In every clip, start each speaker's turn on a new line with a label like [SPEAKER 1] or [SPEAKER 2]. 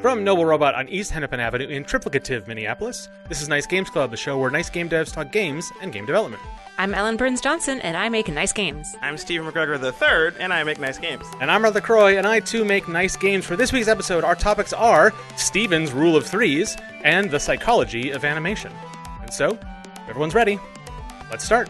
[SPEAKER 1] From Noble Robot on East Hennepin Avenue in Triplicative, Minneapolis, this is Nice Games Club, the show where nice game devs talk games and game development.
[SPEAKER 2] I'm Ellen Burns Johnson, and I make nice games.
[SPEAKER 3] I'm Steve McGregor III, and I make nice games.
[SPEAKER 1] And I'm Arthur Croy, and I too make nice games. For this week's episode, our topics are Steven's Rule of Threes and the psychology of animation. And so, if everyone's ready. Let's start.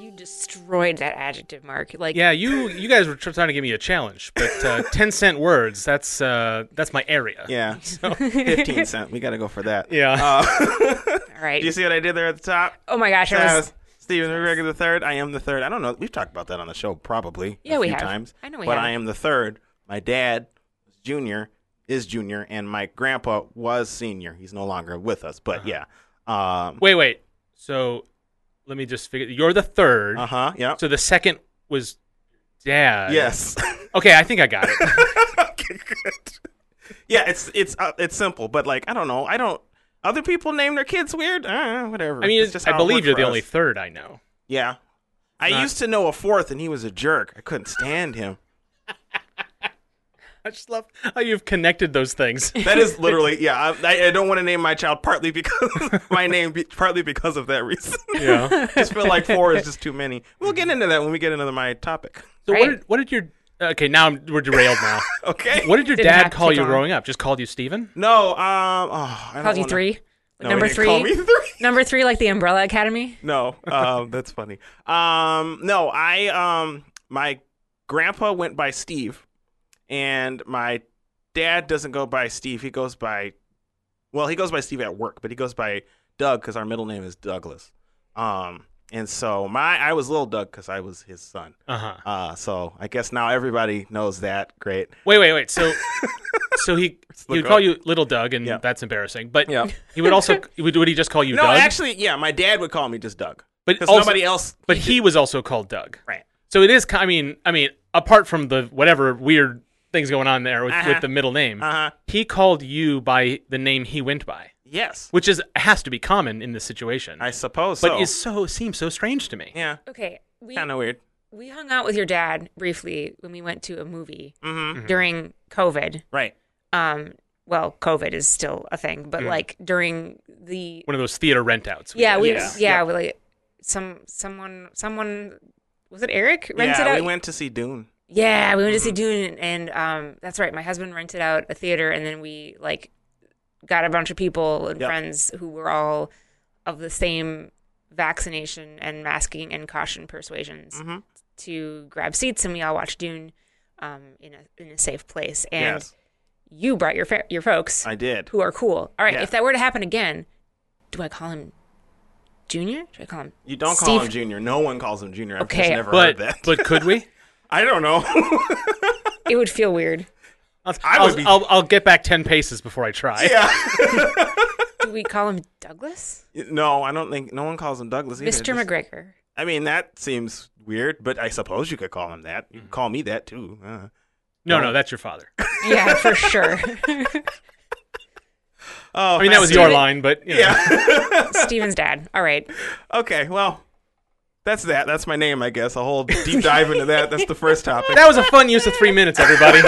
[SPEAKER 2] You destroyed that adjective mark. Like,
[SPEAKER 1] Yeah, you you guys were trying to give me a challenge, but uh, ten cent words that's uh, that's my area.
[SPEAKER 3] Yeah, fifteen cent. We got to go for that. Uh,
[SPEAKER 1] Yeah.
[SPEAKER 2] all right.
[SPEAKER 3] Do you see what I did there at the top?
[SPEAKER 2] oh my gosh, I
[SPEAKER 3] That
[SPEAKER 2] was.
[SPEAKER 3] was Stephen McGregor the third. I am the third. I don't know. We've talked about that on the show probably.
[SPEAKER 2] Yeah,
[SPEAKER 3] a
[SPEAKER 2] we
[SPEAKER 3] few
[SPEAKER 2] have.
[SPEAKER 3] times.
[SPEAKER 2] I know we
[SPEAKER 3] But
[SPEAKER 2] have.
[SPEAKER 3] I am the third. My dad was junior, is junior, and my grandpa was senior. He's no longer with us. But yeah. Um.
[SPEAKER 1] Wait, wait. So let me just figure. You're the third.
[SPEAKER 3] Uh huh. Yeah.
[SPEAKER 1] So the second was dad.
[SPEAKER 3] yes.
[SPEAKER 1] Okay, I think I got it.
[SPEAKER 3] okay, good. Yeah, it's it's uh, it's simple, but like I don't know. I don't. Other people name their kids weird. Uh, whatever.
[SPEAKER 1] I mean,
[SPEAKER 3] it's just
[SPEAKER 1] I
[SPEAKER 3] how it
[SPEAKER 1] believe
[SPEAKER 3] worked
[SPEAKER 1] you're the
[SPEAKER 3] for
[SPEAKER 1] only
[SPEAKER 3] us.
[SPEAKER 1] third I know.
[SPEAKER 3] Yeah. I
[SPEAKER 1] Not-
[SPEAKER 3] used to know a fourth, and he was a jerk. I couldn't stand him.
[SPEAKER 1] I just love how you've connected those things.
[SPEAKER 3] That is literally, yeah. I, I don't want to name my child partly because my name, be, partly because of that reason.
[SPEAKER 1] Yeah.
[SPEAKER 3] just feel like four is just too many. We'll get into that when we get into the, my topic.
[SPEAKER 1] So what
[SPEAKER 2] Right.
[SPEAKER 1] did what did your okay now I'm, we're derailed now.
[SPEAKER 3] Okay.
[SPEAKER 1] What did your
[SPEAKER 2] Didn't
[SPEAKER 1] dad
[SPEAKER 2] have to
[SPEAKER 1] call
[SPEAKER 2] keep
[SPEAKER 1] you
[SPEAKER 2] on.
[SPEAKER 1] growing up? Just called you Steven?
[SPEAKER 3] No. Um. Oh, I don't
[SPEAKER 2] called you
[SPEAKER 3] wanna-
[SPEAKER 2] three.
[SPEAKER 3] No,
[SPEAKER 2] number
[SPEAKER 3] he didn't Call me
[SPEAKER 2] three.
[SPEAKER 3] three.
[SPEAKER 2] Number three, like the Umbrella Academy.
[SPEAKER 3] No, um, that's funny. Um, no, I um, my grandpa went by Steve, and my dad doesn't go by Steve. He goes by, well, he goes by Steve at work, but he goes by Doug because our middle name is Douglas. Um, and so my I was little Doug because I was his son.
[SPEAKER 1] Uh huh.
[SPEAKER 3] Uh, so I guess now everybody knows that. Great.
[SPEAKER 1] Wait, wait, wait. So so he he would
[SPEAKER 3] look
[SPEAKER 1] call
[SPEAKER 3] up.
[SPEAKER 1] you Little Doug, and
[SPEAKER 3] Yeah.
[SPEAKER 1] that's embarrassing. But
[SPEAKER 3] Yeah.
[SPEAKER 1] he would also would would he just call you
[SPEAKER 3] No,
[SPEAKER 1] Doug?
[SPEAKER 3] actually, yeah, my dad would call me just Doug
[SPEAKER 1] but
[SPEAKER 3] because
[SPEAKER 1] also,
[SPEAKER 3] nobody else.
[SPEAKER 1] But he was also called Doug.
[SPEAKER 3] Right.
[SPEAKER 1] So it is. ki- I mean, I mean, apart from the whatever weird things going on there with,
[SPEAKER 3] Uh-huh.
[SPEAKER 1] with the middle name,
[SPEAKER 3] Uh huh.
[SPEAKER 1] he called you by the name he went by,
[SPEAKER 3] Yes,
[SPEAKER 1] which is has to be common in this situation.
[SPEAKER 3] I suppose.
[SPEAKER 1] but
[SPEAKER 3] so.
[SPEAKER 1] is so seems so strange to me.
[SPEAKER 3] yeah,
[SPEAKER 2] Okay, we
[SPEAKER 3] kind of weird.
[SPEAKER 2] we hung out with your dad briefly when we went to a movie
[SPEAKER 3] Mm-hmm.
[SPEAKER 2] during COVID.
[SPEAKER 3] Right.
[SPEAKER 2] Um, well, COVID is still a thing,
[SPEAKER 3] Mm-hmm.
[SPEAKER 2] but like during the
[SPEAKER 1] One of those theater rentouts.
[SPEAKER 2] yeah, we yeah,
[SPEAKER 3] Yes.
[SPEAKER 2] we like some someone someone was it Eric rented
[SPEAKER 3] yeah,
[SPEAKER 2] out
[SPEAKER 3] we went to see Dune.
[SPEAKER 2] Yeah, we went to see
[SPEAKER 3] Mm-hmm.
[SPEAKER 2] Dune, and um, that's right. My husband rented out a theater, and then we like got a bunch of people and
[SPEAKER 3] Yep.
[SPEAKER 2] friends who were all of the same vaccination and masking and caution persuasions
[SPEAKER 3] Mhm.
[SPEAKER 2] to grab seats, and we all watched Dune um, in a in a safe place. And
[SPEAKER 3] yes,
[SPEAKER 2] you brought your fa- your folks
[SPEAKER 3] I did.
[SPEAKER 2] who are cool. All right,
[SPEAKER 3] Yeah.
[SPEAKER 2] if that were to happen again, do I call him Junior? Do I call him?
[SPEAKER 3] You don't call
[SPEAKER 2] Steve-
[SPEAKER 3] him Junior. No one calls him Junior. I've
[SPEAKER 2] Okay.
[SPEAKER 3] just never
[SPEAKER 1] But
[SPEAKER 3] heard that.
[SPEAKER 1] but could we?
[SPEAKER 3] I don't know.
[SPEAKER 2] It would feel weird.
[SPEAKER 1] I'll,
[SPEAKER 3] I
[SPEAKER 1] I'll,
[SPEAKER 3] would be-
[SPEAKER 1] I'll, I'll get back ten paces before I try.
[SPEAKER 3] yeah.
[SPEAKER 2] Do we call him Douglas?
[SPEAKER 3] No, I don't think no one calls him Douglas either.
[SPEAKER 2] Mr.
[SPEAKER 3] Just-
[SPEAKER 2] McGregor.
[SPEAKER 3] I mean, that seems weird, but I suppose you could call him that. You could call me that too. Uh,
[SPEAKER 1] No, no, that's your father.
[SPEAKER 2] Yeah, for sure.
[SPEAKER 3] oh,
[SPEAKER 1] I mean, that was
[SPEAKER 3] fancy.
[SPEAKER 1] your line, but you know.
[SPEAKER 3] Yeah.
[SPEAKER 2] Steven's dad. All right.
[SPEAKER 3] okay. Well, that's that. That's my name, I guess. A whole deep dive into that. That's the first topic.
[SPEAKER 1] That was a fun use of three minutes, everybody.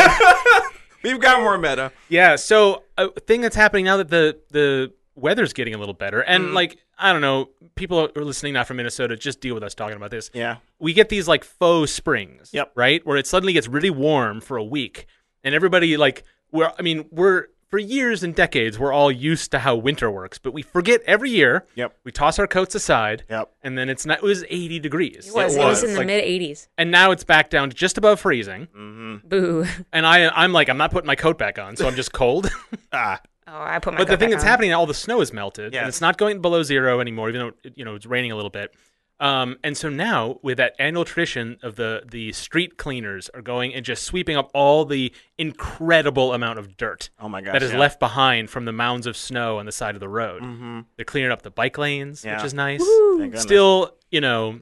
[SPEAKER 3] We've got more meta.
[SPEAKER 1] Yeah. So a thing that's happening now that the the weather's getting a little better, and
[SPEAKER 3] Mm.
[SPEAKER 1] like I don't know, people who are listening not from Minnesota. Just deal with us talking about this.
[SPEAKER 3] Yeah.
[SPEAKER 1] We get these like faux springs.
[SPEAKER 3] Yep.
[SPEAKER 1] Right, where it suddenly gets really warm for a week, and everybody like we're I mean we're for years and decades we're all used to how winter works, but we forget every year.
[SPEAKER 3] Yep.
[SPEAKER 1] We toss our coats aside.
[SPEAKER 3] Yep.
[SPEAKER 1] And then it's not. It was 80 degrees.
[SPEAKER 2] It was. It was,
[SPEAKER 3] was.
[SPEAKER 2] in the
[SPEAKER 3] Like-
[SPEAKER 2] mid 80s.
[SPEAKER 1] And now it's back down to just above freezing.
[SPEAKER 3] Mm.
[SPEAKER 2] Boo.
[SPEAKER 1] And I, I'm like, I'm not putting my coat back on, so I'm just cold.
[SPEAKER 3] Ah.
[SPEAKER 2] Oh, I put my.
[SPEAKER 1] But the
[SPEAKER 2] coat
[SPEAKER 1] thing
[SPEAKER 2] back
[SPEAKER 1] that's
[SPEAKER 2] on.
[SPEAKER 1] happening now, all the snow is melted,
[SPEAKER 3] Yes.
[SPEAKER 1] and it's not going below zero anymore, even though you know it's raining a little bit. Um, and so now, with that annual tradition of the the street cleaners are going and just sweeping up all the incredible amount of dirt
[SPEAKER 3] Oh my gosh.
[SPEAKER 1] that is
[SPEAKER 3] yeah.
[SPEAKER 1] left behind from the mounds of snow on the side of the road.
[SPEAKER 3] Mhm.
[SPEAKER 1] They're cleaning up the bike lanes,
[SPEAKER 3] Yeah.
[SPEAKER 1] which is nice.
[SPEAKER 3] Thank goodness.
[SPEAKER 1] Still, you know,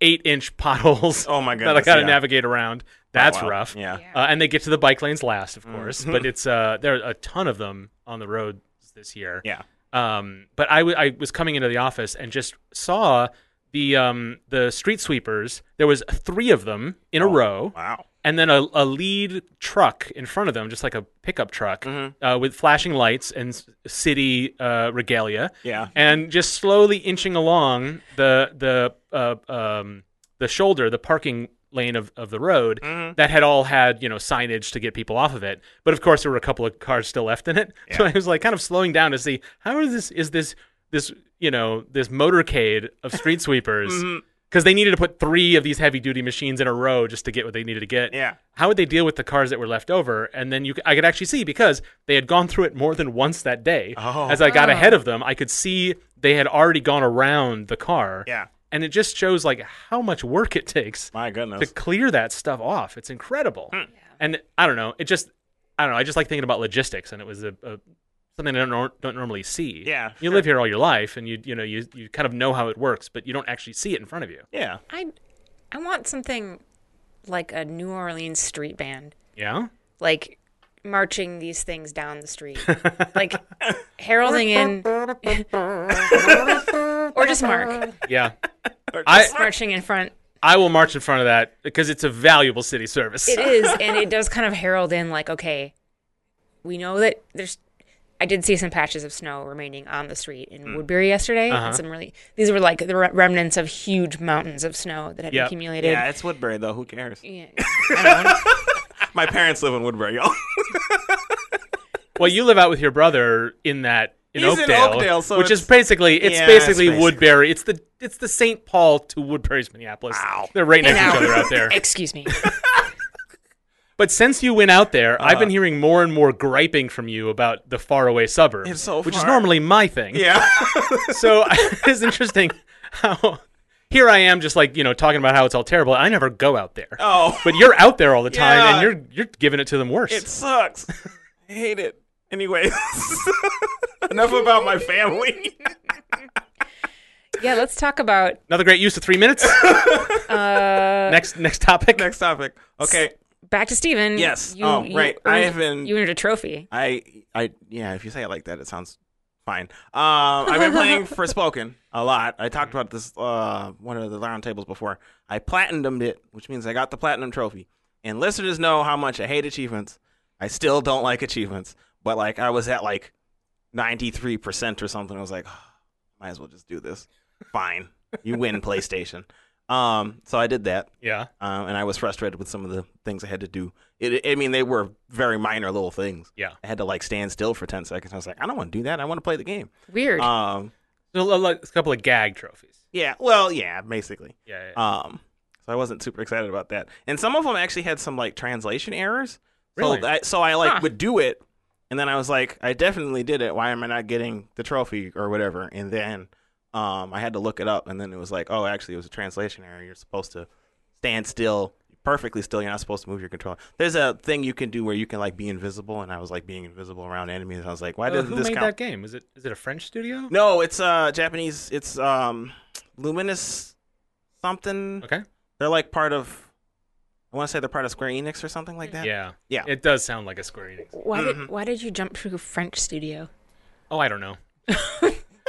[SPEAKER 1] eight inch potholes
[SPEAKER 3] Oh my
[SPEAKER 1] that I
[SPEAKER 3] goodness.
[SPEAKER 1] got to
[SPEAKER 3] yeah.
[SPEAKER 1] navigate around. That's
[SPEAKER 3] wow.
[SPEAKER 1] rough.
[SPEAKER 3] Yeah.
[SPEAKER 2] Yeah.
[SPEAKER 1] Uh, and they get to the bike lanes last,
[SPEAKER 3] Mm-hmm.
[SPEAKER 1] of course. But it's uh, there are a ton of them on the road this year.
[SPEAKER 3] Yeah.
[SPEAKER 1] Um, but I, w- I was coming into the office and just saw the um, the street sweepers. There was three of them in a row,
[SPEAKER 3] Oh, Wow.
[SPEAKER 1] and then a, a lead truck in front of them, just like a pickup truck,
[SPEAKER 3] Mm-hmm.
[SPEAKER 1] uh, with flashing lights and s- city uh, regalia,
[SPEAKER 3] Yeah.
[SPEAKER 1] and just slowly inching along the the uh, um, the shoulder, the parking lane of, of the road
[SPEAKER 3] Mm-hmm.
[SPEAKER 1] that had all had you know signage to get people off of it. But of course, there were a couple of cars still left in it, so I was like kind of slowing down to see how is this is this this you know this motorcade of street sweepers.
[SPEAKER 3] Mm-hmm.
[SPEAKER 1] Because they needed to put three of these heavy duty machines in a row just to get what they needed to get
[SPEAKER 3] Yeah.
[SPEAKER 1] how would they deal with the cars that were left over? And then you, c- I could actually see because they had gone through it more than once that day.
[SPEAKER 3] Oh.
[SPEAKER 1] As I got
[SPEAKER 2] Oh.
[SPEAKER 1] ahead of them, I could see they had already gone around the car.
[SPEAKER 3] Yeah.
[SPEAKER 1] And it just shows like how much work it takes
[SPEAKER 3] My
[SPEAKER 1] to
[SPEAKER 3] goodness.
[SPEAKER 1] clear that stuff off. It's incredible.
[SPEAKER 3] Hmm.
[SPEAKER 1] And I don't know. It just, I don't know. I just like thinking about logistics, and it was a, a something I don't nor- don't normally see.
[SPEAKER 3] Yeah,
[SPEAKER 1] You live here all your life, and you you know you you kind of know how it works, but you don't actually see it in front of you.
[SPEAKER 3] Yeah.
[SPEAKER 2] I I want something like a New Orleans street band,
[SPEAKER 1] Yeah.
[SPEAKER 2] like marching these things down the street, like heralding in, or just Mark
[SPEAKER 1] Yeah. I,
[SPEAKER 2] marching in front.
[SPEAKER 1] I will march in front of that because it's a valuable city service.
[SPEAKER 2] It is, and it does kind of herald in, like, okay, we know that there's. I did see some patches of snow remaining on the street in Woodbury yesterday, and some really these were like the re- remnants of huge mountains of snow that had
[SPEAKER 1] Yep.
[SPEAKER 2] accumulated.
[SPEAKER 3] Yeah, it's Woodbury though. Who cares?
[SPEAKER 2] Yeah. I don't know.
[SPEAKER 3] My parents live in Woodbury, y'all.
[SPEAKER 1] Well, you live out with your brother in that in
[SPEAKER 3] He's in
[SPEAKER 1] Oakdale,
[SPEAKER 3] Oakdale, so
[SPEAKER 1] which
[SPEAKER 3] it's-
[SPEAKER 1] is basically it's
[SPEAKER 3] Yeah, it's
[SPEAKER 1] basically
[SPEAKER 3] basically-
[SPEAKER 1] Woodbury. It's the it's the St. Paul to Woodbury's Minneapolis.
[SPEAKER 3] Ow.
[SPEAKER 1] They're right next to each
[SPEAKER 2] Now,
[SPEAKER 1] other out there.
[SPEAKER 2] Excuse me.
[SPEAKER 1] But since you went out there, I've
[SPEAKER 3] Uh-huh.
[SPEAKER 1] been hearing more and more griping from you about the faraway suburbs,
[SPEAKER 3] It's so
[SPEAKER 1] which is
[SPEAKER 3] far.
[SPEAKER 1] normally my thing.
[SPEAKER 3] Yeah.
[SPEAKER 1] So it's interesting how here I am just like, you know, talking about how it's all terrible. I never go out there.
[SPEAKER 3] oh,
[SPEAKER 1] But you're out there all the time
[SPEAKER 3] Yeah.
[SPEAKER 1] and you're you're giving it to them worse.
[SPEAKER 3] it sucks. I hate it. Anyways, enough about my family.
[SPEAKER 2] Yeah, let's talk about
[SPEAKER 1] Another great use of three minutes. next next topic.
[SPEAKER 3] Next topic. Okay.
[SPEAKER 2] back to Steven.
[SPEAKER 3] Yes. Oh, right. I
[SPEAKER 2] earned-
[SPEAKER 3] have been-
[SPEAKER 2] You earned a trophy.
[SPEAKER 3] I, I, yeah. If you say it like that, it sounds fine. Um, I've been playing for Spoken a lot. I talked about this uh, one of the round tables before. I platinumed it, which means I got the platinum trophy. And listeners know how much I hate achievements. I still don't like achievements, but like I was at like ninety three percent or something. I was like, "Ah, might as well just do this. Fine, you win PlayStation. Um, so I did that
[SPEAKER 1] Yeah.
[SPEAKER 3] um, and I was frustrated with some of the things I had to do. It, I mean, they were very minor little things.
[SPEAKER 1] Yeah.
[SPEAKER 3] I had to like stand still for ten seconds. I was like, I don't want to do that. I want to play the game.
[SPEAKER 2] Weird.
[SPEAKER 3] Um,
[SPEAKER 1] So, uh, like, a couple of gag trophies.
[SPEAKER 3] yeah. Well, yeah, basically.
[SPEAKER 1] Yeah. yeah.
[SPEAKER 3] Um, so I wasn't super excited about that. And some of them actually had some like translation errors.
[SPEAKER 1] Really?
[SPEAKER 3] So I, so I like
[SPEAKER 2] Huh.
[SPEAKER 3] would do it, and then I was like, I definitely did it. Why am I not getting the trophy or whatever? And then um, I had to look it up, and then it was like, oh, actually, it was a translation error. You're supposed to stand still, perfectly still. You're not supposed to move your controller. There's a thing you can do where you can like be invisible, and I was like being invisible around enemies. I was like, why
[SPEAKER 1] Uh,
[SPEAKER 3] doesn't
[SPEAKER 1] who
[SPEAKER 3] this
[SPEAKER 1] made
[SPEAKER 3] count?
[SPEAKER 1] that game? Is it is it a French studio?
[SPEAKER 3] No, it's uh Japanese. It's um luminous something.
[SPEAKER 1] Okay.
[SPEAKER 3] They're like part of. I want to say they're part of Square Enix or something
[SPEAKER 2] Mm.
[SPEAKER 3] like that.
[SPEAKER 1] Yeah.
[SPEAKER 3] Yeah.
[SPEAKER 1] It does sound like a Square Enix.
[SPEAKER 2] why did Why did you jump to French studio?
[SPEAKER 1] Oh, I don't know.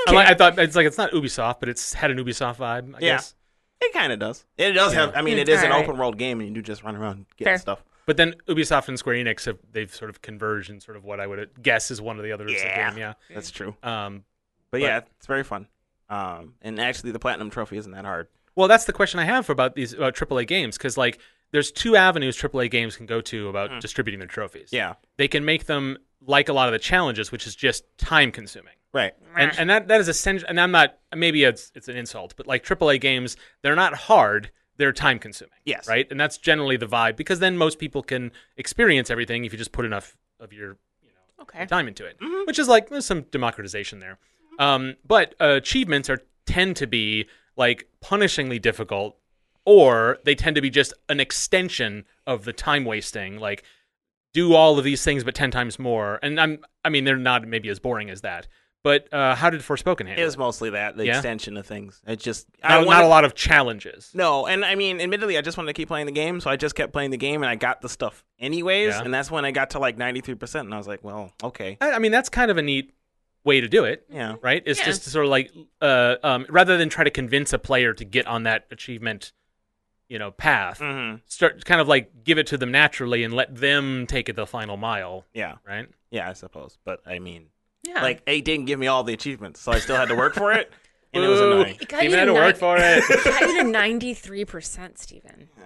[SPEAKER 1] I, like, I thought it's like it's not Ubisoft, but it's had an Ubisoft vibe. I
[SPEAKER 3] Yeah.
[SPEAKER 1] guess.
[SPEAKER 3] It kind of does. It does have. I mean,
[SPEAKER 2] Mm,
[SPEAKER 3] it is an
[SPEAKER 2] alright.
[SPEAKER 3] open world game, and you do just run around getting
[SPEAKER 2] Fair.
[SPEAKER 3] stuff.
[SPEAKER 1] But then Ubisoft and Square Enix have they've sort of converged in sort of what I would guess is one of the others.
[SPEAKER 3] Yeah.
[SPEAKER 1] Of the game.
[SPEAKER 3] That's true.
[SPEAKER 1] Yeah. Um.
[SPEAKER 3] But yeah, it's very fun. Um, and actually, the platinum trophy isn't that hard.
[SPEAKER 1] Well, that's the question I have about these about AAA games because like there's two avenues AAA games can go to about distributing their trophies.
[SPEAKER 3] Mm. Yeah.
[SPEAKER 1] They can make them like a lot of the challenges, which is just time consuming.
[SPEAKER 3] Right.
[SPEAKER 1] and, and that that is essential. And I'm not maybe it's it's an insult, but like AAA games, they're not hard; they're time consuming.
[SPEAKER 3] Yes.
[SPEAKER 1] right. And that's generally the vibe because then most people can experience everything if you just put enough of your you know
[SPEAKER 2] Okay.
[SPEAKER 1] time into it,
[SPEAKER 3] Mm-hmm.
[SPEAKER 1] which is like there's some democratization there. Um, but uh, achievements are tend to be like punishingly difficult, or they tend to be just an extension of the time wasting, like do all of these things but 10 times more and i'm i mean they're not maybe as boring as that but uh how did forspoken handle
[SPEAKER 3] It was mostly that the
[SPEAKER 1] Yeah.
[SPEAKER 3] extension of things. It just
[SPEAKER 1] not,
[SPEAKER 3] I
[SPEAKER 1] not
[SPEAKER 3] wanted-
[SPEAKER 1] a lot of challenges
[SPEAKER 3] No, and I mean, admittedly, I just wanted to keep playing the game, so I just kept playing the game, and I got the stuff anyways,
[SPEAKER 1] Yeah.
[SPEAKER 3] and that's when I got to like ninety three percent, and I was like, well, okay,
[SPEAKER 1] I, I mean that's kind of a neat way to do it
[SPEAKER 3] yeah,
[SPEAKER 1] right it's
[SPEAKER 2] Yeah.
[SPEAKER 1] just to sort of like uh um rather than try to convince a player to get on that achievement you know path
[SPEAKER 2] Mm-hmm.
[SPEAKER 3] hmm
[SPEAKER 1] start kind of like give it to them naturally and let them take it the final mile
[SPEAKER 3] Yeah.
[SPEAKER 1] right
[SPEAKER 3] Yeah, I suppose. But I mean,
[SPEAKER 2] Yeah.
[SPEAKER 3] like, it didn't give me all the achievements, so I still had to work for it, and it was
[SPEAKER 1] Boo.
[SPEAKER 3] annoying.
[SPEAKER 2] It got you
[SPEAKER 1] Even
[SPEAKER 2] to
[SPEAKER 1] had to work for
[SPEAKER 2] nine-
[SPEAKER 1] it.
[SPEAKER 2] it got you to 93%, Steven.
[SPEAKER 3] Uh,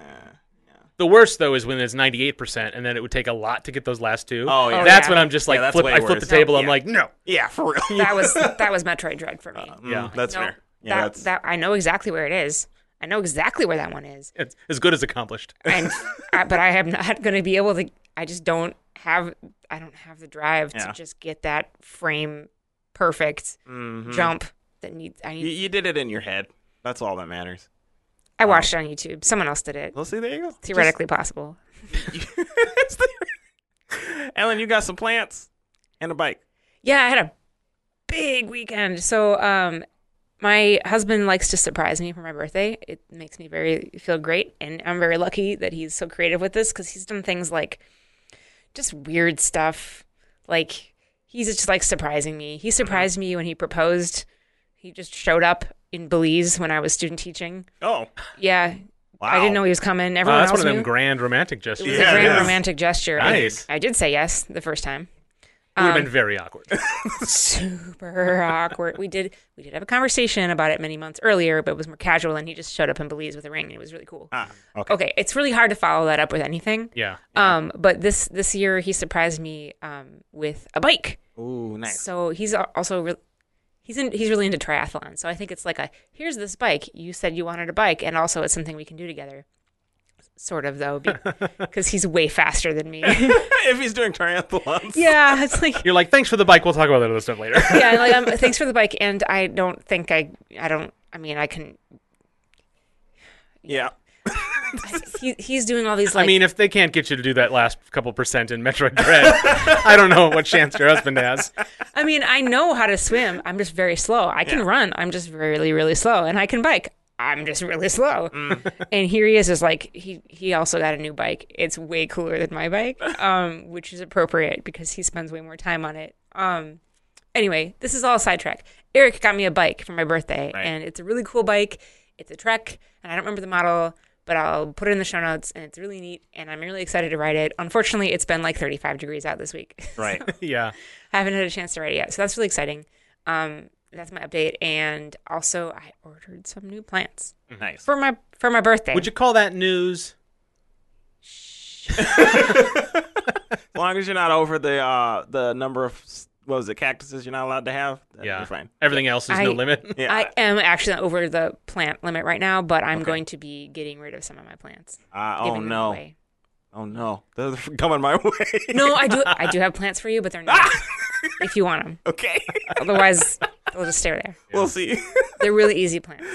[SPEAKER 3] yeah.
[SPEAKER 1] the worst though is when it's 98% and then it would take a lot to get those last two.
[SPEAKER 3] Oh, yeah.
[SPEAKER 1] that's
[SPEAKER 2] Oh, yeah.
[SPEAKER 1] when i'm just like
[SPEAKER 3] Yeah, that's
[SPEAKER 1] flip,
[SPEAKER 3] way
[SPEAKER 1] i flip the
[SPEAKER 3] worse.
[SPEAKER 1] table i'm
[SPEAKER 3] Yeah.
[SPEAKER 1] like no
[SPEAKER 3] Yeah, for real.
[SPEAKER 2] That was that was Metroid Dread for me.
[SPEAKER 3] Mm,
[SPEAKER 1] Yeah.
[SPEAKER 3] that's
[SPEAKER 2] Nope.
[SPEAKER 3] fair. Yeah,
[SPEAKER 2] that,
[SPEAKER 3] that's,
[SPEAKER 2] that I know exactly where it is. I know exactly where that one is.
[SPEAKER 1] it's as good as accomplished
[SPEAKER 2] And I, but I am not going to be able to I just don't have I don't have the drive
[SPEAKER 3] Yeah.
[SPEAKER 2] to just get that frame perfect
[SPEAKER 3] Mhm.
[SPEAKER 2] jump that needs I need
[SPEAKER 3] You, you did it in your head. That's all that matters.
[SPEAKER 2] I watched it on YouTube. Someone else did it.
[SPEAKER 3] Well, see, there you go.
[SPEAKER 2] Theoretically possible.
[SPEAKER 3] Just- Ellen, you got some plants and a bike.
[SPEAKER 2] Yeah, I had a big weekend. So, um, my husband likes to surprise me for my birthday. It makes me very feel great, and I'm very lucky that he's so creative with this because he's done things like just weird stuff. Like he's just like surprising me.
[SPEAKER 1] Mm-hmm.
[SPEAKER 2] He surprised me when he proposed. He just showed up in Belize when I was student teaching.
[SPEAKER 3] Oh,
[SPEAKER 2] Yeah,
[SPEAKER 3] wow.
[SPEAKER 2] I didn't know he was coming.
[SPEAKER 1] Wow,
[SPEAKER 2] Everyone
[SPEAKER 1] Uh, that's
[SPEAKER 2] else
[SPEAKER 1] one of them
[SPEAKER 2] knew.
[SPEAKER 1] grand romantic gestures
[SPEAKER 2] it was a
[SPEAKER 3] Yeah, it
[SPEAKER 2] grand
[SPEAKER 3] is.
[SPEAKER 2] romantic gesture. I-
[SPEAKER 1] nice
[SPEAKER 2] I did say yes the first time.
[SPEAKER 1] it would have
[SPEAKER 2] um,
[SPEAKER 1] been very awkward
[SPEAKER 2] super awkward. We did we did have a conversation about it many months earlier, but it was more casual and he just showed up in Belize with a ring and it was really cool.
[SPEAKER 3] Ah, okay.
[SPEAKER 2] Okay, it's really hard to follow that up with anything.
[SPEAKER 1] yeah
[SPEAKER 2] Um, but this this year he surprised me um with a bike.
[SPEAKER 3] Ooh, nice.
[SPEAKER 2] So he's al- also re- he's in he's really into triathlon. So I think it's like a here's this bike. You said you wanted a bike, and also it's something we can do together. Sort of though, because he's way faster than me.
[SPEAKER 3] if he's doing triathlons.
[SPEAKER 2] yeah, it's like
[SPEAKER 1] you're like thanks for the bike we'll talk about that other stuff later
[SPEAKER 2] yeah, and, like um, thanks for the bike. And I don't think I, I don't. I mean, I can.
[SPEAKER 3] Yeah.
[SPEAKER 2] I, he, he's doing all these like.
[SPEAKER 1] I mean, if they can't get you to do that last couple percent in Metroid Dread, I don't know what chance your husband has.
[SPEAKER 2] I mean, I know how to swim. I'm just very slow. I can run. I'm just really, really slow, and I can bike. I'm just really slow. And here he is, is like he he also got a new bike. It's way cooler than my bike, um, which is appropriate because he spends way more time on it. Um, anyway, this is all sidetrack. Eric got me a bike for my birthday,
[SPEAKER 3] Right.
[SPEAKER 2] and it's a really cool bike. It's a Trek, and I don't remember the model, but I'll put it in the show notes. And it's really neat, and I'm really excited to ride it. Unfortunately, it's been like 35 degrees out this week.
[SPEAKER 3] Right.
[SPEAKER 1] Yeah.
[SPEAKER 2] I haven't had a chance to write it yet. So that's really exciting. Um, that's my update. And also, I ordered some new plants
[SPEAKER 3] nice.
[SPEAKER 2] for my for my birthday.
[SPEAKER 1] Would you call that news?
[SPEAKER 3] As long as you're not over the uh the number of s- what was it cactuses you're not allowed to have, then
[SPEAKER 1] Yeah.
[SPEAKER 3] you're fine.
[SPEAKER 1] Everything else is
[SPEAKER 2] I-
[SPEAKER 1] no limit.
[SPEAKER 3] Yeah.
[SPEAKER 2] I am actually over the plant limit right now, but I'm going to be getting rid of some of my plants.
[SPEAKER 3] Uh, oh
[SPEAKER 2] giving them
[SPEAKER 3] no!
[SPEAKER 2] away.
[SPEAKER 3] Oh no! They're coming my way.
[SPEAKER 2] No, I do. I do have plants for you, but they're not if you want them.
[SPEAKER 3] okay.
[SPEAKER 2] Otherwise, they'll just stay there.
[SPEAKER 3] We'll see.
[SPEAKER 2] They're really easy plants.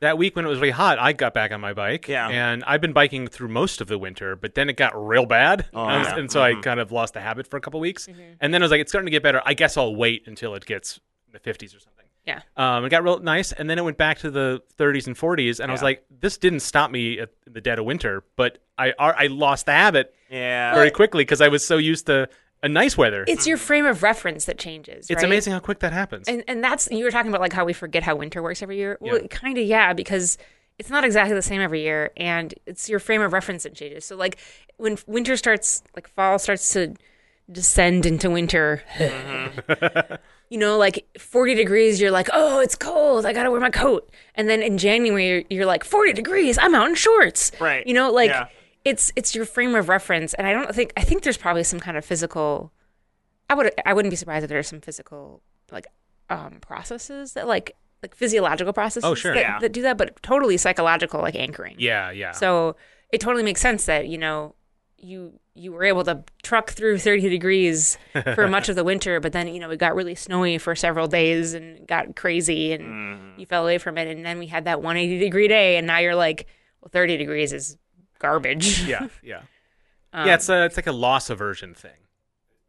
[SPEAKER 1] That week when it was really hot, I got back on my bike.
[SPEAKER 3] Yeah.
[SPEAKER 1] And I've been biking through most of the winter, but then it got real bad.
[SPEAKER 3] Oh,
[SPEAKER 1] and,
[SPEAKER 3] yeah.
[SPEAKER 1] and so I kind of lost the habit for a couple weeks.
[SPEAKER 2] Mm-hmm.
[SPEAKER 1] And then I was like, it's starting to get better. I guess I'll wait until it gets in the 50s or something.
[SPEAKER 2] Yeah.
[SPEAKER 1] Um, it got real nice, and then it went back to the 30s and 40s, and I was
[SPEAKER 3] Yeah.
[SPEAKER 1] like, "This didn't stop me at the dead of winter, but I I lost the habit
[SPEAKER 3] yeah.
[SPEAKER 1] very quickly because I was so used to a nice weather. It's,
[SPEAKER 2] It's your frame of reference that changes. right?
[SPEAKER 1] amazing how quick that happens.
[SPEAKER 2] and and that's you were talking about like how we forget how winter works every year. Well, kind of yeah, because it's not exactly the same every year, and it's your frame of reference that changes. So like when f- winter starts, like fall starts to descend into winter.
[SPEAKER 3] Mm-hmm.
[SPEAKER 2] you know, like 40 degrees, you're like, oh, it's cold. I gotta wear my coat. And then in January, you're, you're like 40 degrees. I'm out in shorts.
[SPEAKER 3] Right.
[SPEAKER 2] You know, like
[SPEAKER 3] Yeah.
[SPEAKER 2] it's it's your frame of reference, and I don't think I think there's probably some kind of physical. I would I wouldn't be surprised if there's some physical like um processes that like like physiological processes
[SPEAKER 1] Oh, sure.
[SPEAKER 2] that,
[SPEAKER 1] Yeah.
[SPEAKER 2] that do that, but totally psychological like anchoring.
[SPEAKER 1] yeah, yeah.
[SPEAKER 2] So it totally makes sense that you know you you were able to truck through 30 degrees for much of the winter, but then you know it got really snowy for several days and got crazy, and
[SPEAKER 1] Mm-hmm.
[SPEAKER 2] you fell away from it, and then we had that 180 degree day, and now you're like, well, 30 degrees is garbage.
[SPEAKER 1] yeah, yeah, yeah. It's
[SPEAKER 2] Um,
[SPEAKER 1] a, it's like a loss aversion thing.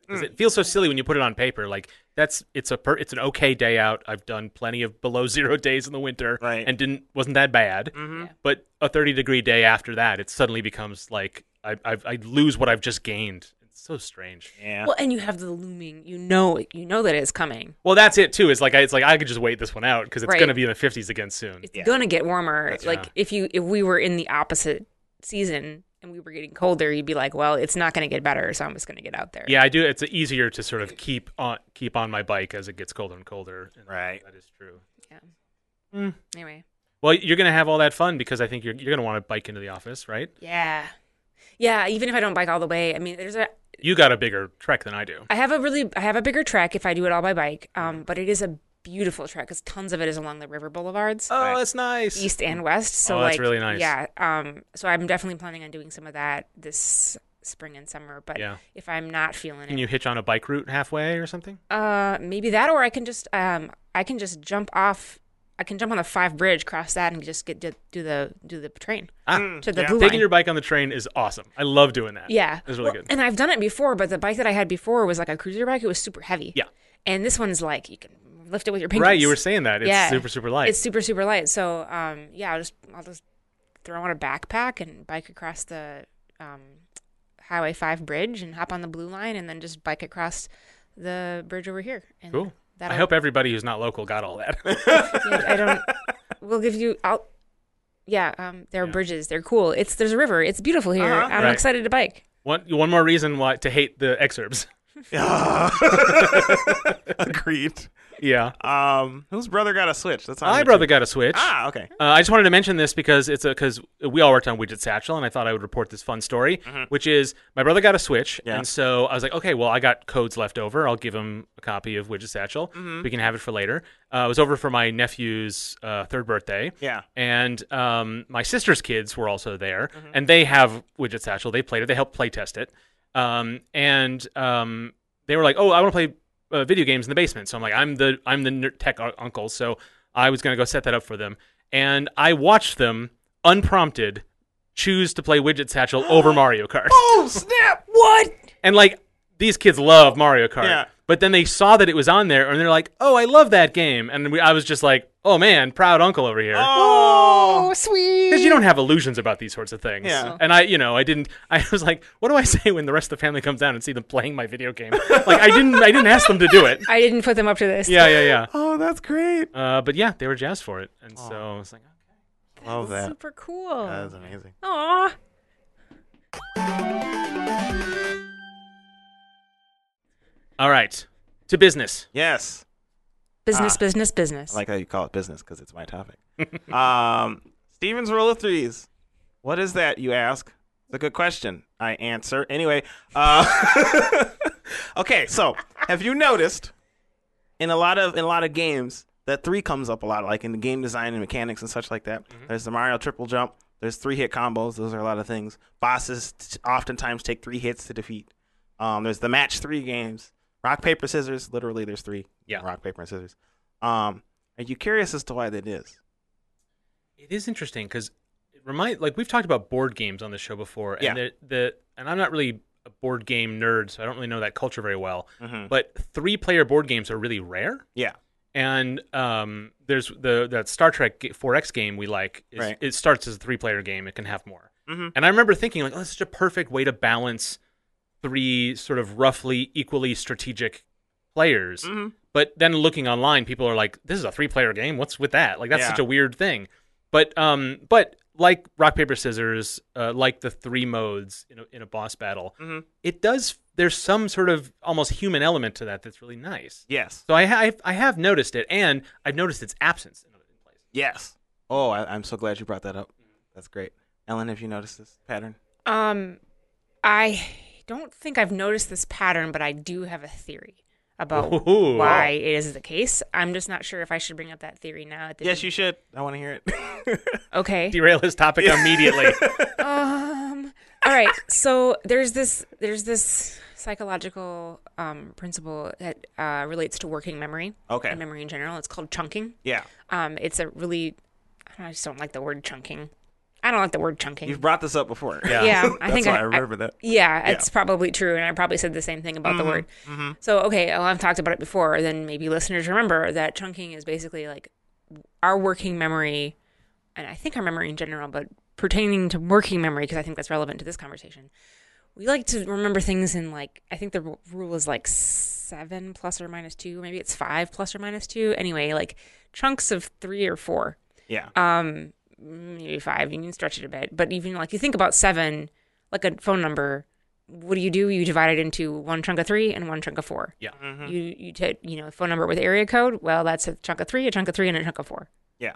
[SPEAKER 1] 'Cause It feels so silly when you put it on paper. Like that's it's a per, it's an okay day out. I've done plenty of below zero days in the winter,
[SPEAKER 3] Right.
[SPEAKER 1] and didn't wasn't that bad. But a thirty degree day after that, it suddenly becomes like I I, I lose what I've just gained. It's It's so strange.
[SPEAKER 3] Yeah.
[SPEAKER 2] Well, and you have the looming. You know, you know that it's coming.
[SPEAKER 1] Well, that's it too. Is like I, it's like I could just wait this one out because it's
[SPEAKER 2] Right.
[SPEAKER 1] going to be in the 50s again soon.
[SPEAKER 2] It's
[SPEAKER 3] Yeah.
[SPEAKER 2] gonna get warmer.
[SPEAKER 3] That's
[SPEAKER 2] like
[SPEAKER 1] right.
[SPEAKER 2] if you if we were in the opposite season and we were getting colder, you'd be like, well, it's not gonna get better, so I'm just gonna get out there.
[SPEAKER 1] yeah, I do. It's easier to sort of keep on keep on my bike as it gets colder and colder. And
[SPEAKER 3] Right.
[SPEAKER 1] That is true.
[SPEAKER 2] Anyway.
[SPEAKER 1] Well, you're going to have all that fun because I think you're you're going to want to bike into the office, right?
[SPEAKER 2] Yeah. Yeah. Even if I don't bike all the way, I mean, there's a
[SPEAKER 1] You got a bigger trek than I do.
[SPEAKER 2] I have a really I have a bigger trek if I do it all by bike. Um, but it is a beautiful trek because tons of it is along the river boulevards,
[SPEAKER 1] Oh,
[SPEAKER 3] Right.
[SPEAKER 1] that's nice.
[SPEAKER 2] east and west. So
[SPEAKER 1] Oh,
[SPEAKER 2] like,
[SPEAKER 1] that's really nice.
[SPEAKER 2] Yeah. Um, so I'm definitely planning on doing some of that this spring and summer. But
[SPEAKER 1] Yeah.
[SPEAKER 2] if I'm not feeling
[SPEAKER 1] Can
[SPEAKER 2] it,
[SPEAKER 1] you hitch on a bike route halfway or something?
[SPEAKER 2] uh, maybe that or I can just um I can just jump off. I can jump on the five bridge, cross that, and just get do, do the do the train
[SPEAKER 1] Ah,
[SPEAKER 2] to the
[SPEAKER 3] yeah.
[SPEAKER 2] blue
[SPEAKER 1] taking
[SPEAKER 2] line.
[SPEAKER 1] your bike on the train is awesome. I love doing that.
[SPEAKER 2] Yeah.
[SPEAKER 1] It's really
[SPEAKER 2] Well,
[SPEAKER 1] good.
[SPEAKER 2] And I've done it before, but the bike that I had before was like a cruiser bike. It was super heavy.
[SPEAKER 1] Yeah.
[SPEAKER 2] And this one's like you can lift it with your fingers.
[SPEAKER 1] Right, you were saying that. It's
[SPEAKER 2] Yeah.
[SPEAKER 1] super super light.
[SPEAKER 2] It's super super light. So um yeah, I'll just I'll just throw on a backpack and bike across the um Highway 5 bridge and hop on the blue line and then just bike across the bridge over here. And
[SPEAKER 1] cool. I
[SPEAKER 2] that'll-
[SPEAKER 1] hope everybody who's not local got all that.
[SPEAKER 2] yeah, I don't we'll give you I'll yeah, um, there are bridges. They're cool. It's there's a river. It's beautiful here.
[SPEAKER 3] Uh-huh.
[SPEAKER 2] I'm
[SPEAKER 1] Right.
[SPEAKER 2] excited to bike.
[SPEAKER 1] One one more reason why to hate the excerpts.
[SPEAKER 3] Agreed.
[SPEAKER 1] Yeah.
[SPEAKER 3] Um, whose brother got a Switch? That's on
[SPEAKER 1] My
[SPEAKER 3] YouTube.
[SPEAKER 1] brother got a Switch.
[SPEAKER 3] Ah, okay.
[SPEAKER 1] Uh, I just wanted to mention this because it's a because we all worked on Widget Satchel, and I thought I would report this fun story, which is my brother got a Switch,
[SPEAKER 3] Mm-hmm. Yeah.
[SPEAKER 1] and so I was like, okay, well, I got codes left over. I'll give him a copy of Widget Satchel.
[SPEAKER 3] Mm-hmm.
[SPEAKER 1] We can have it for later. Uh, I was over for my nephew's uh, third birthday.
[SPEAKER 3] Yeah.
[SPEAKER 1] and um, my sister's kids were also there,
[SPEAKER 3] Mm-hmm.
[SPEAKER 1] and they have Widget Satchel. They played it. They helped play test it, um, and um, they were like, "Oh, I want to play uh, video games in the basement." So I'm like, "I'm the I'm the ner- tech u- uncle," so I was gonna go set that up for them, and I watched them unprompted choose to play Widget Satchel over Mario Kart,
[SPEAKER 3] Oh snap! What?
[SPEAKER 1] and like these kids love Mario Kart.
[SPEAKER 3] Yeah.
[SPEAKER 1] But then they saw that it was on there, and they're like, "Oh, I love that game!" And we, I was just like, "Oh man, proud uncle over here."
[SPEAKER 3] Oh,
[SPEAKER 2] sweet.
[SPEAKER 1] because you don't have illusions about these sorts of things.
[SPEAKER 3] Yeah.
[SPEAKER 1] And I, you know, I didn't. I was like, what do I say when the rest of the family comes down and see them playing my video game? like, I didn't. I didn't ask them to do it.
[SPEAKER 2] I didn't put them up to this.
[SPEAKER 1] Yeah, yeah,
[SPEAKER 3] oh, that's great.
[SPEAKER 1] yeah. Uh, but yeah, they were jazzed for it, and so I was like,
[SPEAKER 3] Love that.
[SPEAKER 2] Super cool.
[SPEAKER 3] That is amazing.
[SPEAKER 2] Aw.
[SPEAKER 1] all right, to business.
[SPEAKER 3] Yes.
[SPEAKER 1] Ah.
[SPEAKER 2] Business, business, business.
[SPEAKER 3] I like how you call it business because it's my topic. um, Steven's rule of threes. What is that, you ask? It's a good question. I answer. Anyway, uh, okay, so have you noticed in a lot of in a lot of games that three comes up a lot, like in the game design and mechanics and such like that. There's the Mario triple jump. There's three hit combos. Those are a lot of things. Bosses t- oftentimes take three hits to defeat. Um, there's the match three games. Rock paper scissors. Literally, there's three.
[SPEAKER 1] Yeah.
[SPEAKER 3] Rock paper and scissors. Um, are you curious as to why that is?
[SPEAKER 1] It is interesting because it remind like we've talked about board games on the show before, and
[SPEAKER 3] Yeah.
[SPEAKER 1] the, the and I'm not really a board game nerd, so I don't really know that culture very well.
[SPEAKER 3] Mhm.
[SPEAKER 1] But three player board games are really rare.
[SPEAKER 3] Yeah.
[SPEAKER 1] and um, there's the that Star Trek 4X game we like. Is,
[SPEAKER 3] Right.
[SPEAKER 1] It starts as a three player game. It can have more.
[SPEAKER 3] Mhm.
[SPEAKER 1] And I remember thinking like, oh, that's such a perfect way to balance three sort of roughly equally strategic players.
[SPEAKER 3] Mhm.
[SPEAKER 1] But then looking online, people are like, this is a three player game. What's with that? Like that's
[SPEAKER 3] Yeah.
[SPEAKER 1] such a weird thing. But um, but like rock paper scissors, uh, like the three modes in a, in a boss battle,
[SPEAKER 3] Mhm.
[SPEAKER 1] it does. There's some sort of almost human element to that that's really nice.
[SPEAKER 3] Yes.
[SPEAKER 1] So I, ha- I have noticed it, and I've noticed its absence in other places.
[SPEAKER 3] Yes. Oh, I, I'm so glad you brought that up. That's great. Ellen, have you noticed this pattern?
[SPEAKER 2] um, I don't think I've noticed this pattern, but I do have a theory about
[SPEAKER 1] Ooh.
[SPEAKER 2] why it is the case. I'm just not sure if I should bring up that theory now. At the
[SPEAKER 3] Yes, you should. I want to hear it.
[SPEAKER 2] Okay.
[SPEAKER 1] Derail his topic immediately.
[SPEAKER 2] um all right so there's this there's this psychological um principle that uh relates to working memory
[SPEAKER 3] Okay.
[SPEAKER 2] and memory in general it's called chunking
[SPEAKER 3] yeah.
[SPEAKER 2] um it's a really i, don't, I just don't like the word chunking i don't like the word chunking
[SPEAKER 3] You've brought this up before.
[SPEAKER 2] yeah i
[SPEAKER 3] That's
[SPEAKER 2] think
[SPEAKER 3] why I,
[SPEAKER 2] I, I-
[SPEAKER 3] remember that.
[SPEAKER 2] yeah, it's probably true, and I probably said the same thing about the word. So, okay, well, I've talked about it before. Then maybe listeners remember that chunking is basically like our working memory, and I think our memory in general, but pertaining to working memory because I think that's relevant to this conversation. we like to remember things in like I think the ru- rule is like seven plus or minus two, maybe it's five plus or minus two. Anyway, like chunks of three or four,
[SPEAKER 3] Yeah.
[SPEAKER 2] um, maybe five. You can stretch it a bit, but even like you think about seven, like a phone number. What do you do? You divide it into one chunk of three and one chunk of four.
[SPEAKER 1] Yeah.
[SPEAKER 3] Mhm.
[SPEAKER 2] You you take you know phone number with area code. Well, that's a chunk of three, a chunk of three, and a chunk of four.
[SPEAKER 3] Yeah.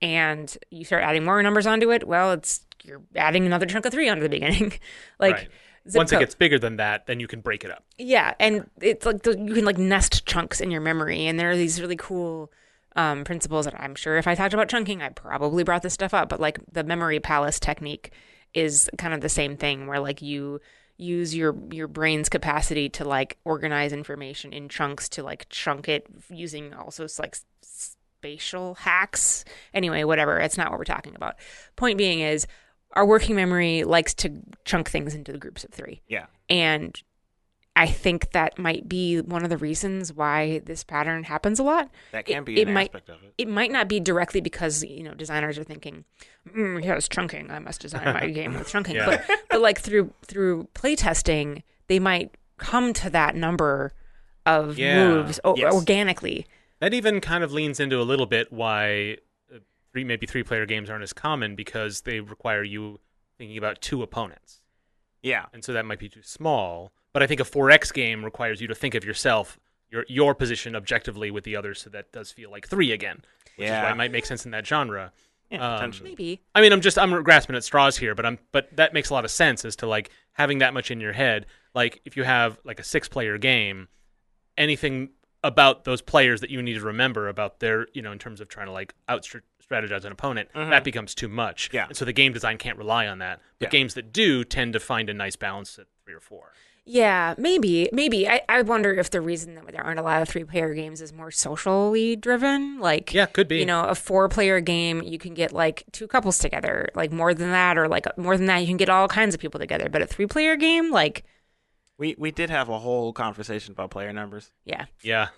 [SPEAKER 2] And you start adding more numbers onto it. Well, it's you're adding another chunk of three onto the beginning, like
[SPEAKER 1] Right.
[SPEAKER 2] zip
[SPEAKER 1] Once it
[SPEAKER 2] code.
[SPEAKER 1] gets bigger than that, then you can break it up.
[SPEAKER 2] Yeah, and it's like the, you can like nest chunks in your memory, and there are these really cool um, principles that I'm sure if I talked about chunking, I probably brought this stuff up. But like the memory palace technique is kind of the same thing, where like you use your your brain's capacity to like organize information in chunks to like chunk it using also s- like s- spatial hacks. Anyway, whatever. It's not what we're talking about. Point being is our working memory likes to chunk things into the groups of three.
[SPEAKER 3] Yeah.
[SPEAKER 2] And I think that might be one of the reasons why this pattern happens a lot.
[SPEAKER 3] That can be
[SPEAKER 2] it
[SPEAKER 3] an
[SPEAKER 2] might-
[SPEAKER 3] aspect of it.
[SPEAKER 2] It might not be directly because you know designers are thinking, mm, "Here's trunking. I must design my game with trunking."
[SPEAKER 1] Yeah.
[SPEAKER 2] But but like through through playtesting, they might come to that number of
[SPEAKER 1] Yeah.
[SPEAKER 2] moves o-
[SPEAKER 3] Yes.
[SPEAKER 2] organically.
[SPEAKER 1] That even kind of leans into a little bit why uh, three, maybe three player games aren't as common because they require you thinking about two opponents.
[SPEAKER 3] Yeah.
[SPEAKER 1] And so that might be too small. But I think a 4X game requires you to think of yourself, your your position objectively with the others, so that does feel like three again, which is why
[SPEAKER 3] Yeah.
[SPEAKER 1] it might make sense in that genre.
[SPEAKER 3] Yeah,
[SPEAKER 1] Um,
[SPEAKER 3] potentially.
[SPEAKER 2] Maybe
[SPEAKER 1] I mean, I'm just I'm grasping at straws here, but I'm but that makes a lot of sense as to like having that much in your head. Like if you have like a six player game, anything about those players that you need to remember about their you know in terms of trying to like out str- strategize an opponent that becomes too much.
[SPEAKER 3] Mm-hmm. Yeah.
[SPEAKER 1] and so the game design can't rely on that. But
[SPEAKER 3] Yeah.
[SPEAKER 1] games that do tend to find a nice balance at three or four.
[SPEAKER 2] Yeah, maybe, maybe. I, I wonder if the reason that there aren't a lot of three player games is more socially driven. Like,
[SPEAKER 1] Yeah, could be.
[SPEAKER 2] You know, a four player game, you can get like two couples together, like more than that, or like more than that, you can get all kinds of people together. But a three player game, like,
[SPEAKER 3] We we did have a whole conversation about player numbers.
[SPEAKER 2] yeah,
[SPEAKER 1] Yeah,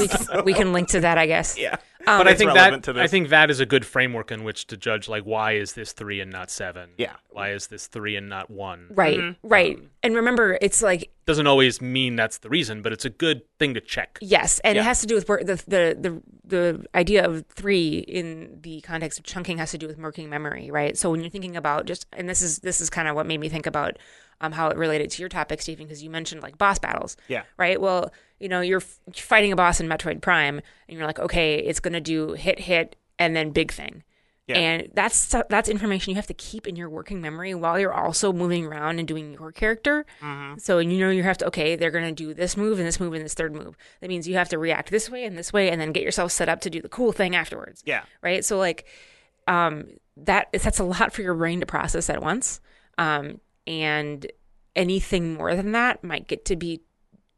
[SPEAKER 2] we can, we can link to that, I guess.
[SPEAKER 3] Yeah.
[SPEAKER 2] Um,
[SPEAKER 1] but I
[SPEAKER 3] it's
[SPEAKER 1] think
[SPEAKER 3] relevant
[SPEAKER 1] that
[SPEAKER 3] to
[SPEAKER 1] I
[SPEAKER 3] this.
[SPEAKER 1] think that is a good framework in which to judge like why is this three and not seven?
[SPEAKER 3] Yeah.
[SPEAKER 1] why is this three and not one?
[SPEAKER 2] Right,
[SPEAKER 1] Mm-hmm.
[SPEAKER 2] right. And remember, it's like
[SPEAKER 1] doesn't always mean that's the reason, but it's a good thing to check.
[SPEAKER 2] Yes, and
[SPEAKER 3] Yeah.
[SPEAKER 2] it has to do with wor- the, the the the idea of three in the context of chunking has to do with working memory, right? So when you're thinking about just and this is this is kind of what made me think about um, how it related to your topic, Stephen, because you mentioned like boss battles,
[SPEAKER 3] Yeah.
[SPEAKER 2] right? Well, you know, you're f- fighting a boss in Metroid Prime, and you're like, okay, it's gonna do hit hit and then big thing.
[SPEAKER 3] Yeah.
[SPEAKER 2] And that's that's information you have to keep in your working memory while you're also moving around and doing your character. So you know you have to okay, they're gonna do this move and this move and this third move. That means you have to react this way and this way, and then get yourself set up to do the cool thing afterwards.
[SPEAKER 3] Yeah.
[SPEAKER 2] Right. So like, um, that that's a lot for your brain to process at once. Um, and anything more than that might get to be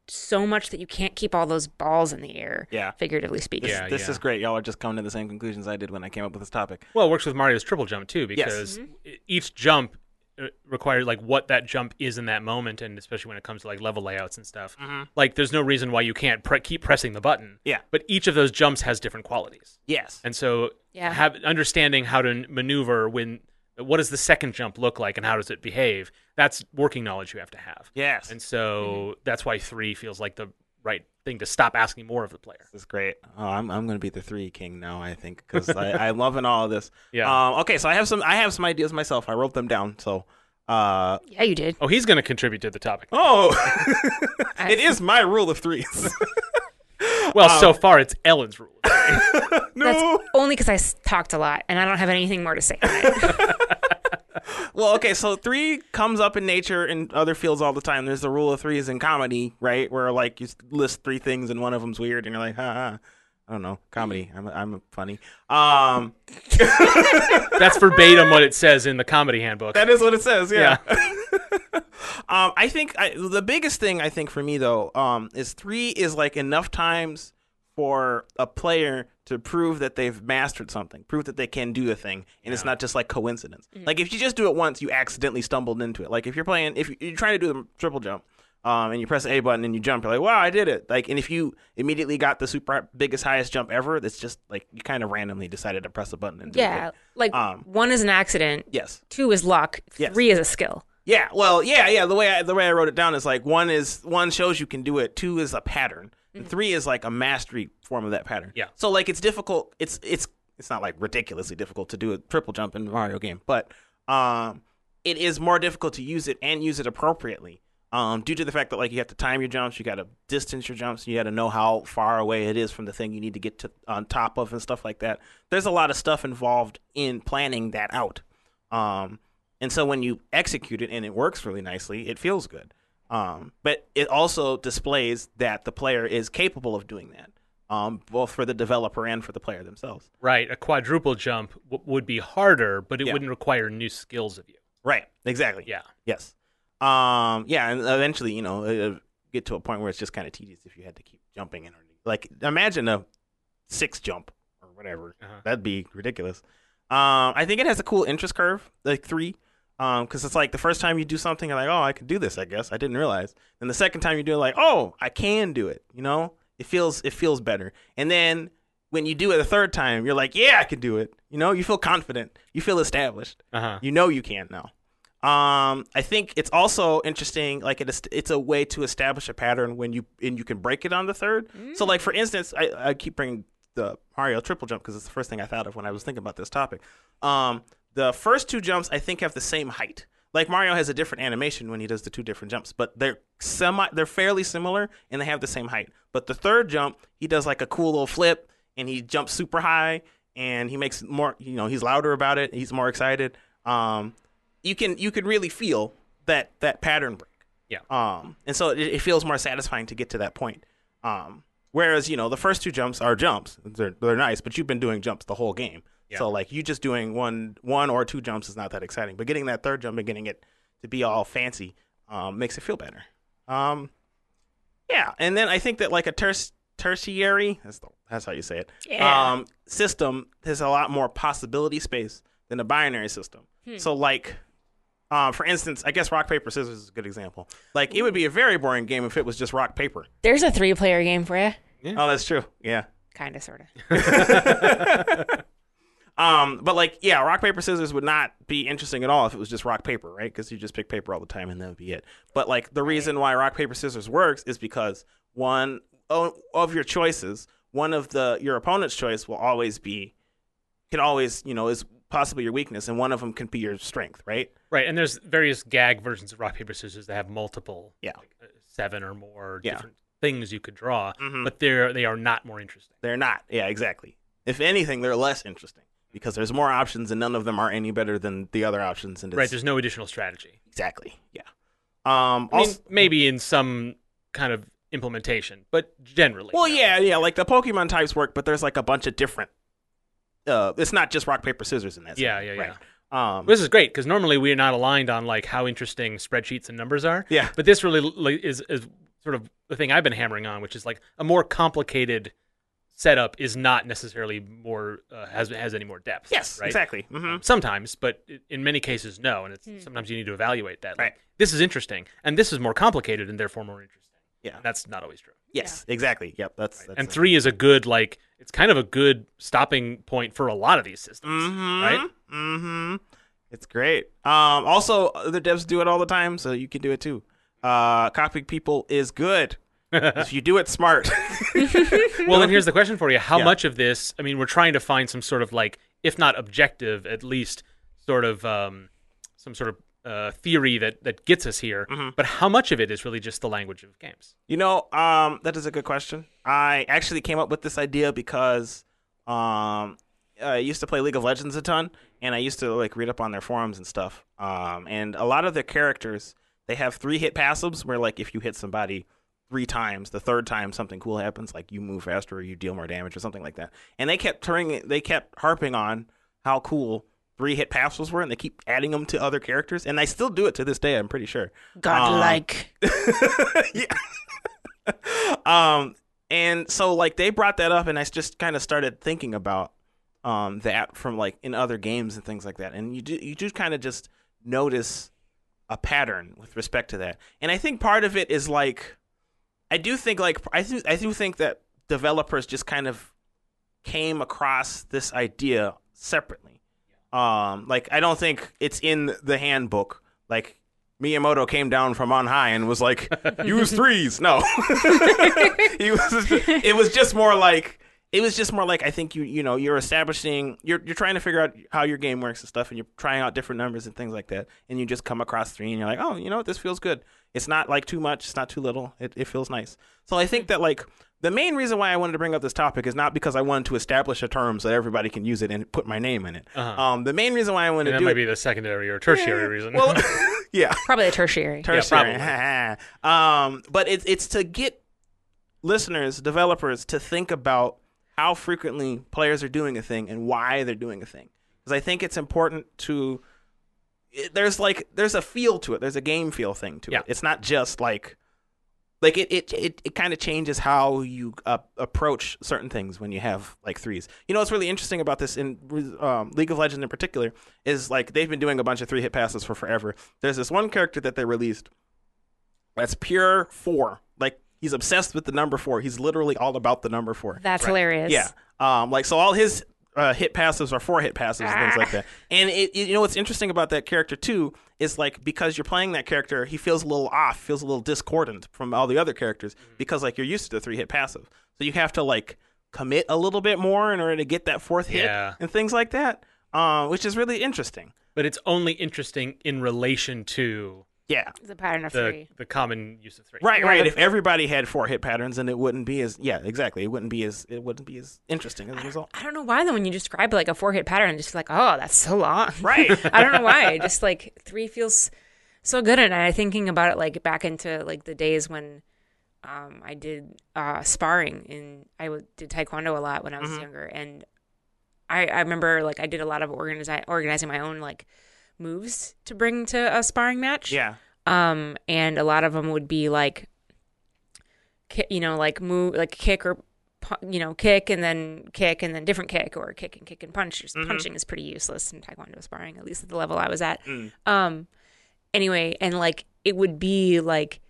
[SPEAKER 2] so much that you can't keep all those balls in the air.
[SPEAKER 3] Yeah.
[SPEAKER 2] Figuratively speaking.
[SPEAKER 3] This,
[SPEAKER 1] Yeah,
[SPEAKER 3] this
[SPEAKER 1] yeah.
[SPEAKER 3] is great. Y'all are just coming to the same conclusions I did when I came up with this topic.
[SPEAKER 1] Well, it works with Mario's triple jump too because e- each jump uh, requires like what that jump is in that moment, and especially when it comes to like level layouts and stuff. Like, there's no reason why you can't pre- keep pressing the button.
[SPEAKER 3] Mm-hmm. Yeah.
[SPEAKER 1] But each of those jumps has different qualities,
[SPEAKER 3] Yes.
[SPEAKER 1] and so
[SPEAKER 2] Yeah.
[SPEAKER 1] have understanding how to n- maneuver when what does the second jump look like and how does it behave. That's working knowledge you have to have.
[SPEAKER 3] Yes. Mm-hmm.
[SPEAKER 1] And so that's why three feels like the right thing to stop asking more of the player.
[SPEAKER 3] This is great. Oh, I'm I'm gonna be the three king now. I think because I, I love in all of this.
[SPEAKER 1] Yeah.
[SPEAKER 3] Um, okay, so I have some I have some ideas myself. I wrote them down. So. Uh,
[SPEAKER 2] Yeah, you did.
[SPEAKER 1] Oh, he's going to contribute to the topic.
[SPEAKER 3] oh, it is my rule of threes.
[SPEAKER 1] Well, so
[SPEAKER 3] Um,
[SPEAKER 1] far it's Ellen's rule.
[SPEAKER 3] no.
[SPEAKER 2] Only because I s- talked a lot, and I don't have anything more to say. on it.
[SPEAKER 3] Well, okay, so three comes up in nature and other fields all the time. There's the rule of threes in comedy, right? Where like you list three things and one of them's weird, and you're like, ha ha. I don't know, comedy. I'm I'm funny. Um,
[SPEAKER 1] That's verbatim what it says in the comedy handbook.
[SPEAKER 3] that is what it says. Yeah. um, I think I, the biggest thing I think for me though, um, is three is like enough times for a player to prove that they've mastered something, prove that they can do a thing, and it's not just like coincidence. Like if you just do it once, you accidentally stumbled into it. Like if you're playing, if you're trying to do the triple jump. Um, and you press A button and you jump. You're like, wow, I did it! Like, and if you immediately got the super biggest highest jump ever, that's just like you kind of randomly decided to press a button and did
[SPEAKER 2] yeah,
[SPEAKER 3] it.
[SPEAKER 2] like
[SPEAKER 3] Um,
[SPEAKER 2] one is an accident,
[SPEAKER 3] Yes.
[SPEAKER 2] two is luck,
[SPEAKER 3] Yes.
[SPEAKER 2] three is a skill.
[SPEAKER 3] Yeah, well, yeah, yeah. The way I, the way I wrote it down is like one is one shows you can do it. Two is a pattern. And three is like a mastery form of that pattern.
[SPEAKER 1] Yeah.
[SPEAKER 3] So like it's difficult. It's it's it's not like ridiculously difficult to do a triple jump in a Mario game, but um, it is more difficult to use it and use it appropriately. Um, due to the fact that like you have to time your jumps, you got to distance your jumps, you got to know how far away it is from the thing you need to get to on top of and stuff like that. There's a lot of stuff involved in planning that out. Um, and so when you execute it and it works really nicely, it feels good. Um, but it also displays that the player is capable of doing that, um, both for the developer and for the player themselves.
[SPEAKER 1] Right, a quadruple jump w- would be harder, but it
[SPEAKER 3] Yeah.
[SPEAKER 1] wouldn't require new skills of you.
[SPEAKER 3] Right. Exactly.
[SPEAKER 1] Yeah.
[SPEAKER 3] Yes. Um, yeah, and eventually, you know, it'll get to a point where it's just kind of tedious if you had to keep jumping in. Or, like, imagine a six jump or whatever.
[SPEAKER 1] Uh-huh.
[SPEAKER 3] That'd be ridiculous. Um, I think it has a cool interest curve, like three, because it's like the first time you do something, you're like, oh, I can do this. I guess I didn't realize. Then the second time you do it, like, oh, I can do it. You know, it feels it feels better. And then when you do it the third time, you're like, yeah, I can do it. You know, you feel confident. You feel established
[SPEAKER 1] Uh-huh.
[SPEAKER 3] you know you can now. Um, I think it's also interesting. Like it is, it's a way to establish a pattern when you and you can break it on the third. So, like for instance, I, I keep bringing the Mario triple jump because it's the first thing I thought of when I was thinking about this topic. Um, the first two jumps I think have the same height. Like Mario has a different animation when he does the two different jumps, but they're semi, they're fairly similar and they have the same height. But the third jump, he does like a cool little flip and he jumps super high and he makes more. You know, he's louder about it. He's more excited. Um, you can you can really feel that that pattern break.
[SPEAKER 1] Yeah.
[SPEAKER 3] Um, and so it, it feels more satisfying to get to that point. Um, whereas you know the first two jumps are jumps, they're they're nice, but you've been doing jumps the whole game.
[SPEAKER 1] Yeah.
[SPEAKER 3] So like you just doing one one or two jumps is not that exciting, but getting that third jump and getting it to be all fancy um, makes it feel better. Um, yeah, and then I think that like a ter- tertiary that's the, that's how you say it
[SPEAKER 2] Yeah.
[SPEAKER 3] um, system has a lot more possibility space than a binary system. So like. Um, for instance, I guess rock paper scissors is a good example. Like it would be a very boring game if it was just rock paper.
[SPEAKER 2] There's a three player game for you.
[SPEAKER 3] Oh, that's true. Yeah.
[SPEAKER 2] Kind of, sort of.
[SPEAKER 3] Um, but like, yeah, rock paper scissors would not be interesting at all if it was just rock paper, right? Because you just pick paper all the time and that would be it. But like, the reason why rock paper scissors works is because one o- of your choices, one of the your opponent's choice will always be, can always you know is possibly your weakness, and one of them can be your strength, right?
[SPEAKER 1] Right, and there's various gag versions of rock paper scissors that have multiple,
[SPEAKER 3] Yeah.
[SPEAKER 1] like, uh, seven or more
[SPEAKER 3] Yeah.
[SPEAKER 1] different things you could draw,
[SPEAKER 3] Mhm.
[SPEAKER 1] but they're they are not more interesting.
[SPEAKER 3] They're not. Yeah, exactly. If anything, they're less interesting because there's more options, and none of them are any better than the other options. And it's,
[SPEAKER 1] Right, there's no additional strategy.
[SPEAKER 3] exactly. Yeah. Um.
[SPEAKER 1] I mean,
[SPEAKER 3] also-
[SPEAKER 1] maybe in some kind of implementation, but generally.
[SPEAKER 3] Well,
[SPEAKER 1] no.
[SPEAKER 3] yeah, yeah, like the Pokemon types work, but there's like a bunch of different. Uh, it's not just rock paper scissors in that.
[SPEAKER 1] Yeah,
[SPEAKER 3] sense,
[SPEAKER 1] yeah, yeah.
[SPEAKER 3] Right. Um,
[SPEAKER 1] This is great because normally we're not aligned on like how interesting spreadsheets and numbers are.
[SPEAKER 3] Yeah.
[SPEAKER 1] But this really like, is is sort of the thing I've been hammering on, which is like a more complicated setup is not necessarily more uh, has has any more depth.
[SPEAKER 3] yes,
[SPEAKER 1] right?
[SPEAKER 3] exactly. hmm
[SPEAKER 1] Um, sometimes, but i- in many cases, no. And it's sometimes you need to evaluate that. Like,
[SPEAKER 3] Right.
[SPEAKER 1] This is interesting, and this is more complicated, and therefore more interesting.
[SPEAKER 3] Yeah.
[SPEAKER 1] And that's not always true.
[SPEAKER 3] Yes, exactly. Yep, that's, that's
[SPEAKER 1] and three is a good like it's kind of a good stopping point for a lot of these systems,
[SPEAKER 3] Mm-hmm,
[SPEAKER 1] right?
[SPEAKER 3] Mm-hmm. It's great. Um, also, other devs do it all the time, so you can do it too. Uh, copying people is good if you do it smart.
[SPEAKER 1] Well, then here's the question for you: How
[SPEAKER 3] Yeah.
[SPEAKER 1] much of this? I mean, we're trying to find some sort of like, if not objective, at least sort of um, some sort of uh, theory that that gets us here.
[SPEAKER 3] Mm-hmm.
[SPEAKER 1] But how much of it is really just the language of games?
[SPEAKER 3] You know, um, that is a good question. I actually came up with this idea because um, I used to play League of Legends a ton, and I used to like read up on their forums and stuff. Um, and a lot of their characters, they have three hit passives where like if you hit somebody three times, the third time something cool happens, like you move faster or you deal more damage or something like that. And they kept turning, they kept harping on how cool three hit passives were, and they keep adding them to other characters. And I still do it to this day. I'm pretty sure.
[SPEAKER 2] Godlike.
[SPEAKER 3] Uh, yeah. um, and so like they brought that up, and I just kind of started thinking about um that from like in other games and things like that. And you do you do kind of just notice a pattern with respect to that. And I think part of it is like I do think like I do I do think that developers just kind of came across this idea separately. Um, like I don't think it's in the handbook. Like Miyamoto came down from on high and was like, "Use threes. No, he was. It was just more like it was just more like I think you you know you're establishing you're you're trying to figure out how your game works and stuff, and you're trying out different numbers and things like that, and you just come across three and you're like, oh, you know what, this feels good. It's not like too much, it's not too little. It it feels nice. So I think that like the main reason why I wanted to bring up this topic is not because I wanted to establish a term so that everybody can use it and put my name in it.
[SPEAKER 1] Uh-huh.
[SPEAKER 3] Um, the main reason why I wanted
[SPEAKER 1] And that
[SPEAKER 3] to do
[SPEAKER 1] might be
[SPEAKER 3] it,
[SPEAKER 1] the secondary or tertiary reason.
[SPEAKER 3] well, yeah,
[SPEAKER 2] Probably a tertiary.
[SPEAKER 3] tertiary. um, but it's it's to get listeners, developers to think about how frequently players are doing a thing and why they're doing a thing. Because I think it's important to it- there's like there's a feel to it. There's a game feel thing to
[SPEAKER 1] Yeah.
[SPEAKER 3] it. It's not just like like it it it, it kind of changes how you uh, approach certain things when you have like threes. You know what's really interesting about this in um, League of Legends in particular is like they've been doing a bunch of three hit passes for forever. There's this one character that they released that's pure four. Like he's obsessed with the number four. He's literally all about the number four.
[SPEAKER 2] That's hilarious.
[SPEAKER 3] Yeah. Um, like so all his uh, hit passives are four hit passives and things
[SPEAKER 2] Ah.
[SPEAKER 3] like that. And it, it- you know what's interesting about that character too is like because you're playing that character, he feels a little off, feels a little discordant from all the other characters
[SPEAKER 2] Mm-hmm.
[SPEAKER 3] because like you're used to the three hit passive. So you have to like commit a little bit more in order to get that fourth hit
[SPEAKER 1] Yeah.
[SPEAKER 3] and things like that. Um, which is really interesting.
[SPEAKER 1] but it's only interesting in relation to
[SPEAKER 3] Yeah.
[SPEAKER 2] It's a pattern of
[SPEAKER 1] the,
[SPEAKER 2] three.
[SPEAKER 1] the common use of three.
[SPEAKER 3] Right,
[SPEAKER 2] Yeah,
[SPEAKER 3] right.
[SPEAKER 2] the-
[SPEAKER 3] If everybody had four hit patterns, then it wouldn't be as yeah, exactly. It wouldn't be as it wouldn't be as interesting
[SPEAKER 2] Ah.
[SPEAKER 3] as a result.
[SPEAKER 2] I don't know why though. When you describe like a four hit pattern, I'm just like, oh, that's so long.
[SPEAKER 3] Right.
[SPEAKER 2] I don't know why. Just like three feels so good, and I thinking about it like back into like the days when um, I did uh, sparring and I w- did taekwondo a lot when I
[SPEAKER 3] Mm-hmm.
[SPEAKER 2] was younger, and I, I remember like I did a lot of organizi- organizing my own like moves to bring to a sparring match.
[SPEAKER 3] yeah.
[SPEAKER 2] Um, and a lot of them would be like, ki- you know, like move, like kick or, pu- you know, kick and then kick and then different kick or kick and kick and punch. Just Punching is pretty useless in taekwondo sparring, at least at the level I was at. Um, anyway, and like it would be like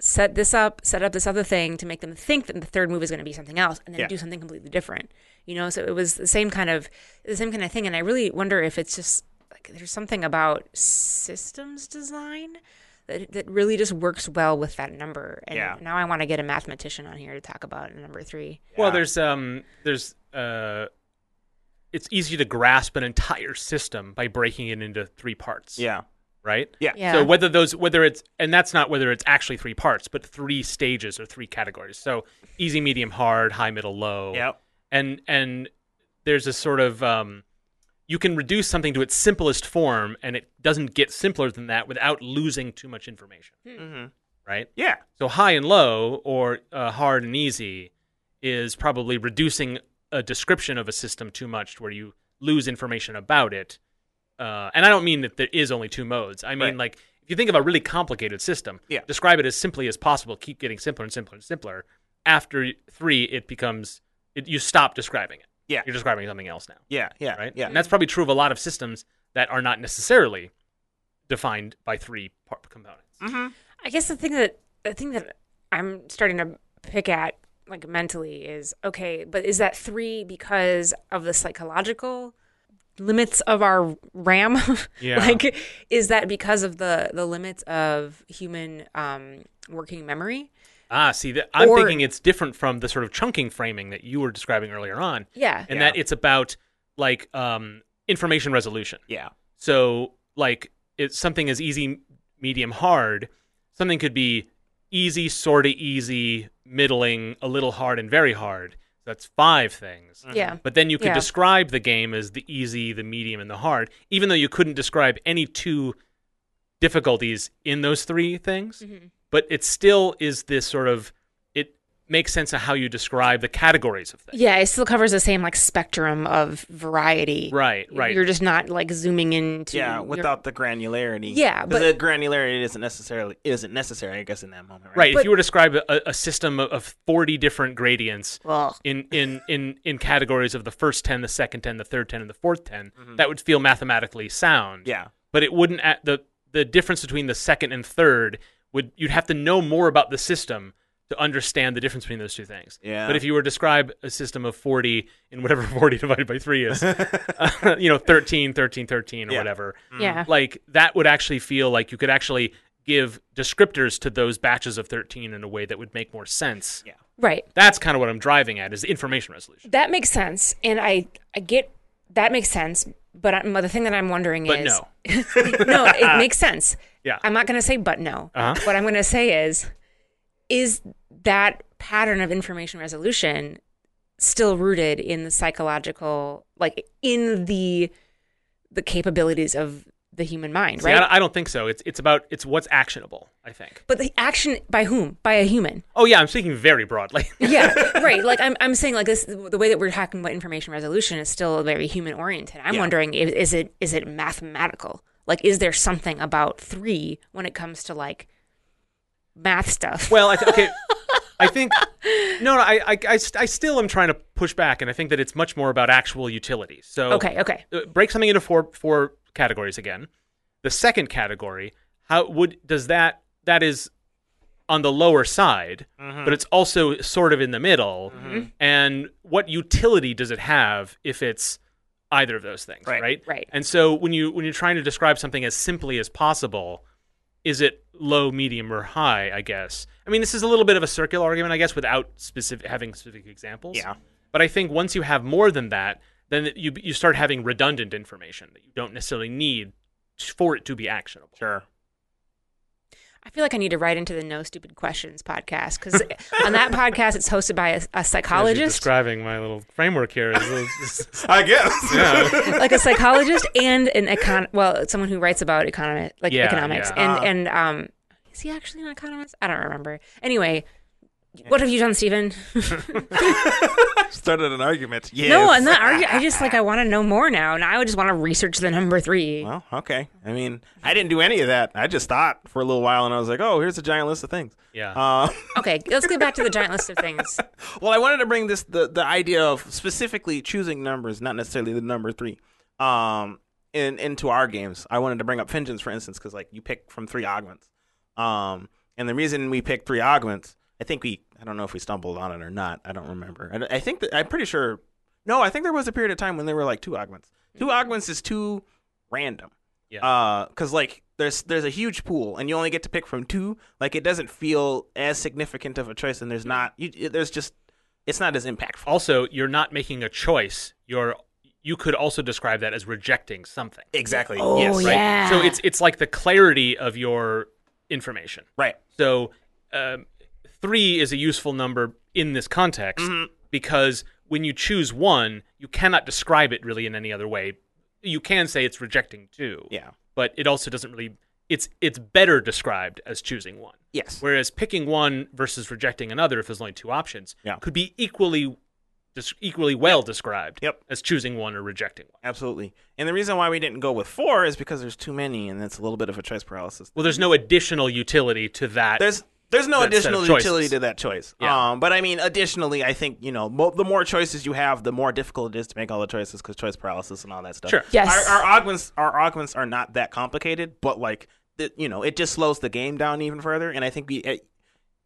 [SPEAKER 2] set this up, set up this other thing to make them think that the third move is going to be something else, and then
[SPEAKER 3] Yeah.
[SPEAKER 2] do something completely different. You know, so it was the same kind of the same kind of thing, and I really wonder if it's just like there's something about systems design that that really just works well with that number. And
[SPEAKER 3] Yeah.
[SPEAKER 2] now I want to get a mathematician on here to talk about number three.
[SPEAKER 1] Well,
[SPEAKER 3] Yeah.
[SPEAKER 1] there's um, there's uh, it's easy to grasp an entire system by breaking it into three parts.
[SPEAKER 3] Yeah.
[SPEAKER 1] Right.
[SPEAKER 3] Yeah.
[SPEAKER 2] Yeah.
[SPEAKER 1] So whether those, whether it's, and that's not whether it's actually three parts, but three stages or three categories. So easy, medium, hard, high, middle, low.
[SPEAKER 3] Yep.
[SPEAKER 1] And and there's a sort of um, you can reduce something to its simplest form, and it doesn't get simpler than that without losing too much information.
[SPEAKER 2] Hmm.
[SPEAKER 3] Mhm.
[SPEAKER 1] Right.
[SPEAKER 3] Yeah.
[SPEAKER 1] So high and low, or uh, hard and easy, is probably reducing a description of a system too much, to where you lose information about it. Uh, and I don't mean that there is only two modes. I mean
[SPEAKER 3] Right.
[SPEAKER 1] like if you think of a really complicated system,
[SPEAKER 3] Yeah.
[SPEAKER 1] describe it as simply as possible. Keep getting simpler and simpler and simpler. After three, it becomes it, you stop describing it.
[SPEAKER 3] Yeah.
[SPEAKER 1] you're describing something else now,
[SPEAKER 3] Yeah. Yeah.
[SPEAKER 1] right?
[SPEAKER 3] Yeah.
[SPEAKER 1] and that's probably true of a lot of systems that are not necessarily defined by three part components.
[SPEAKER 2] I guess the thing that the thing that I'm starting to pick at like mentally is okay, but is that three because of the psychological limits of our RAM?
[SPEAKER 1] Yeah.
[SPEAKER 2] like, is that because of the the limits of human um, working memory?
[SPEAKER 1] Ah, see, that I'm
[SPEAKER 2] Or-
[SPEAKER 1] thinking it's different from the sort of chunking framing that you were describing earlier on,
[SPEAKER 2] Yeah.
[SPEAKER 1] and
[SPEAKER 3] Yeah.
[SPEAKER 1] that it's about like um, information resolution.
[SPEAKER 3] Yeah.
[SPEAKER 1] So, like, it's something is easy, medium, hard. Something could be easy, sort of easy, middling, a little hard, and very hard. So that's five things.
[SPEAKER 2] Yeah.
[SPEAKER 1] But then you could
[SPEAKER 2] Yeah.
[SPEAKER 1] describe the game as the easy, the medium, and the hard, even though you couldn't describe any two difficulties in those three
[SPEAKER 2] Mm-hmm.
[SPEAKER 1] things. But it still is this sort of it makes sense of how you describe the categories of things.
[SPEAKER 2] Yeah, it still covers the same like spectrum of variety.
[SPEAKER 1] Right, right.
[SPEAKER 2] You're just not like zooming into
[SPEAKER 3] Yeah,
[SPEAKER 2] your-
[SPEAKER 3] without the granularity.
[SPEAKER 2] Yeah,
[SPEAKER 3] because
[SPEAKER 2] but-
[SPEAKER 3] the granularity isn't necessarily isn't necessary, I guess, in that moment.
[SPEAKER 1] Right.
[SPEAKER 3] Right.
[SPEAKER 1] if you were to describe a, a system of- of 40 different gradients
[SPEAKER 2] well,
[SPEAKER 1] in, in, in, in categories of the first 10, the second 10, the third 10, and the fourth 10,
[SPEAKER 2] Mm-hmm.
[SPEAKER 1] that would feel mathematically sound.
[SPEAKER 3] Yeah.
[SPEAKER 1] But it wouldn't, at the, the difference between the second and third would, you'd have to know more about the system to understand the difference between those two things.
[SPEAKER 3] Yeah.
[SPEAKER 1] But if you were to describe a system of 40 in whatever 40 divided by 3 is, uh, you know, 13, 13, 13 or
[SPEAKER 3] Yeah. Mm.
[SPEAKER 1] whatever,
[SPEAKER 2] Yeah.
[SPEAKER 1] like that would actually feel like you could actually give descriptors to those batches of 13 in a way that would make more sense.
[SPEAKER 3] Yeah.
[SPEAKER 2] Right.
[SPEAKER 1] That's kind of what I'm driving at is the information resolution.
[SPEAKER 2] That makes sense, and I I get that makes sense. But I, the thing that I'm wondering
[SPEAKER 1] But
[SPEAKER 2] is
[SPEAKER 1] no.
[SPEAKER 2] no, it makes sense.
[SPEAKER 1] Yeah.
[SPEAKER 2] I'm not going to say but no.
[SPEAKER 1] Uh-huh.
[SPEAKER 2] What I'm going to say is, is that pattern of information resolution still rooted in the psychological, like in the the capabilities of the human mind,
[SPEAKER 1] See,
[SPEAKER 2] right?
[SPEAKER 1] I, don't- I don't think so. It's it's about it's what's actionable, I think.
[SPEAKER 2] but the action by whom? By a human.
[SPEAKER 1] Oh yeah, I'm speaking very broadly.
[SPEAKER 2] Yeah, right. Like I'm, I'm saying, like this, the way that we're talking about information resolution is still very human oriented. I'm
[SPEAKER 3] Yeah.
[SPEAKER 2] wondering, is, is it, is it mathematical? Like, is there something about three when it comes to like math stuff?
[SPEAKER 1] Well, I th- okay. I think no, no. I, I, I, st- I still am trying to push back, and I think that it's much more about actual utility. So
[SPEAKER 2] okay, okay.
[SPEAKER 1] uh, break something into four four categories again. The second category, how would does that that is on the lower side,
[SPEAKER 3] Mm-hmm.
[SPEAKER 1] but it's also sort of in the middle. And what utility does it have if it's either of those things,
[SPEAKER 3] Right.
[SPEAKER 1] right?
[SPEAKER 2] Right.
[SPEAKER 1] And so when you when you're trying to describe something as simply as possible, is it low, medium, or high? I guess. I mean, this is a little bit of a circular argument, I guess, without specific having specific examples.
[SPEAKER 3] Yeah.
[SPEAKER 1] But I think once you have more than that, then it- you you start having redundant information that you don't necessarily need for it to be actionable.
[SPEAKER 3] Sure.
[SPEAKER 2] I feel like I need to write into the No Stupid Questions podcast because on that podcast, it's hosted by a, a psychologist,
[SPEAKER 1] describing my little framework here.
[SPEAKER 3] I guess.
[SPEAKER 1] Yeah.
[SPEAKER 2] like a psychologist and an econ, well, someone who writes about economic, like
[SPEAKER 1] Yeah,
[SPEAKER 2] economics,
[SPEAKER 1] yeah.
[SPEAKER 3] Uh.
[SPEAKER 2] and and um, is he actually an economist? I don't remember. Anyway. What have you done, Stephen?
[SPEAKER 3] Started an argument. Yes.
[SPEAKER 2] No, I'm not arguing. I just like I want to know more now, and I would just want to research the number three.
[SPEAKER 3] Well, okay. I mean, I didn't do any of that. I just thought for a little while, and I was like, "Oh, here's a giant list of things."
[SPEAKER 1] Yeah.
[SPEAKER 3] Uh,
[SPEAKER 2] Okay, let's get back to the giant list of things.
[SPEAKER 3] well, I wanted to bring this the the idea of specifically choosing numbers, not necessarily the number three, um, in into our games. I wanted to bring up Fingens, for instance, because like you pick from three augments, um, and the reason we picked three augments, I think we, I don't know if we stumbled on it or not. I don't remember. I, don't- I think that I'm pretty sure. No, I think there was a period of time when there were like two augments. Two augments is too random.
[SPEAKER 1] Yeah.
[SPEAKER 3] Uh, cause like there's there's a huge pool, and you only get to pick from two. Like it doesn't feel as significant of a choice, and there's not you, it- there's just it's not as impactful.
[SPEAKER 1] also, you're not making a choice. You're you could also describe that as rejecting something.
[SPEAKER 3] Exactly.
[SPEAKER 2] Oh,
[SPEAKER 3] yes.
[SPEAKER 2] yeah.
[SPEAKER 3] Right.
[SPEAKER 1] So it's it's like the clarity of your information.
[SPEAKER 3] Right.
[SPEAKER 1] So um, three is a useful number in this context
[SPEAKER 3] Mm-hmm.
[SPEAKER 1] because when you choose one, you cannot describe it really in any other way. You can say it's rejecting two.
[SPEAKER 3] Yeah.
[SPEAKER 1] But it also doesn't really. It's it's better described as choosing one.
[SPEAKER 3] Yes.
[SPEAKER 1] Whereas picking one versus rejecting another, if there's only two options,
[SPEAKER 3] Yeah.
[SPEAKER 1] could be equally, dis- equally well described
[SPEAKER 3] Yep.
[SPEAKER 1] as choosing one or rejecting one.
[SPEAKER 3] Absolutely. And the reason why we didn't go with four is because there's too many, and it's a little bit of a choice paralysis.
[SPEAKER 1] Well, there's no additional utility to that.
[SPEAKER 3] There's there's no
[SPEAKER 1] That set of
[SPEAKER 3] additional
[SPEAKER 1] choices.
[SPEAKER 3] utility to that choice.
[SPEAKER 1] Yeah.
[SPEAKER 3] Um, but I mean, additionally, I think you know mo- the more choices you have, the more difficult it is to make all the choices because choice paralysis and all that stuff.
[SPEAKER 1] Sure.
[SPEAKER 2] Yes.
[SPEAKER 3] Our, our augments our augments are not that complicated, but like the, you know, it just slows the game down even further. And I think we. It,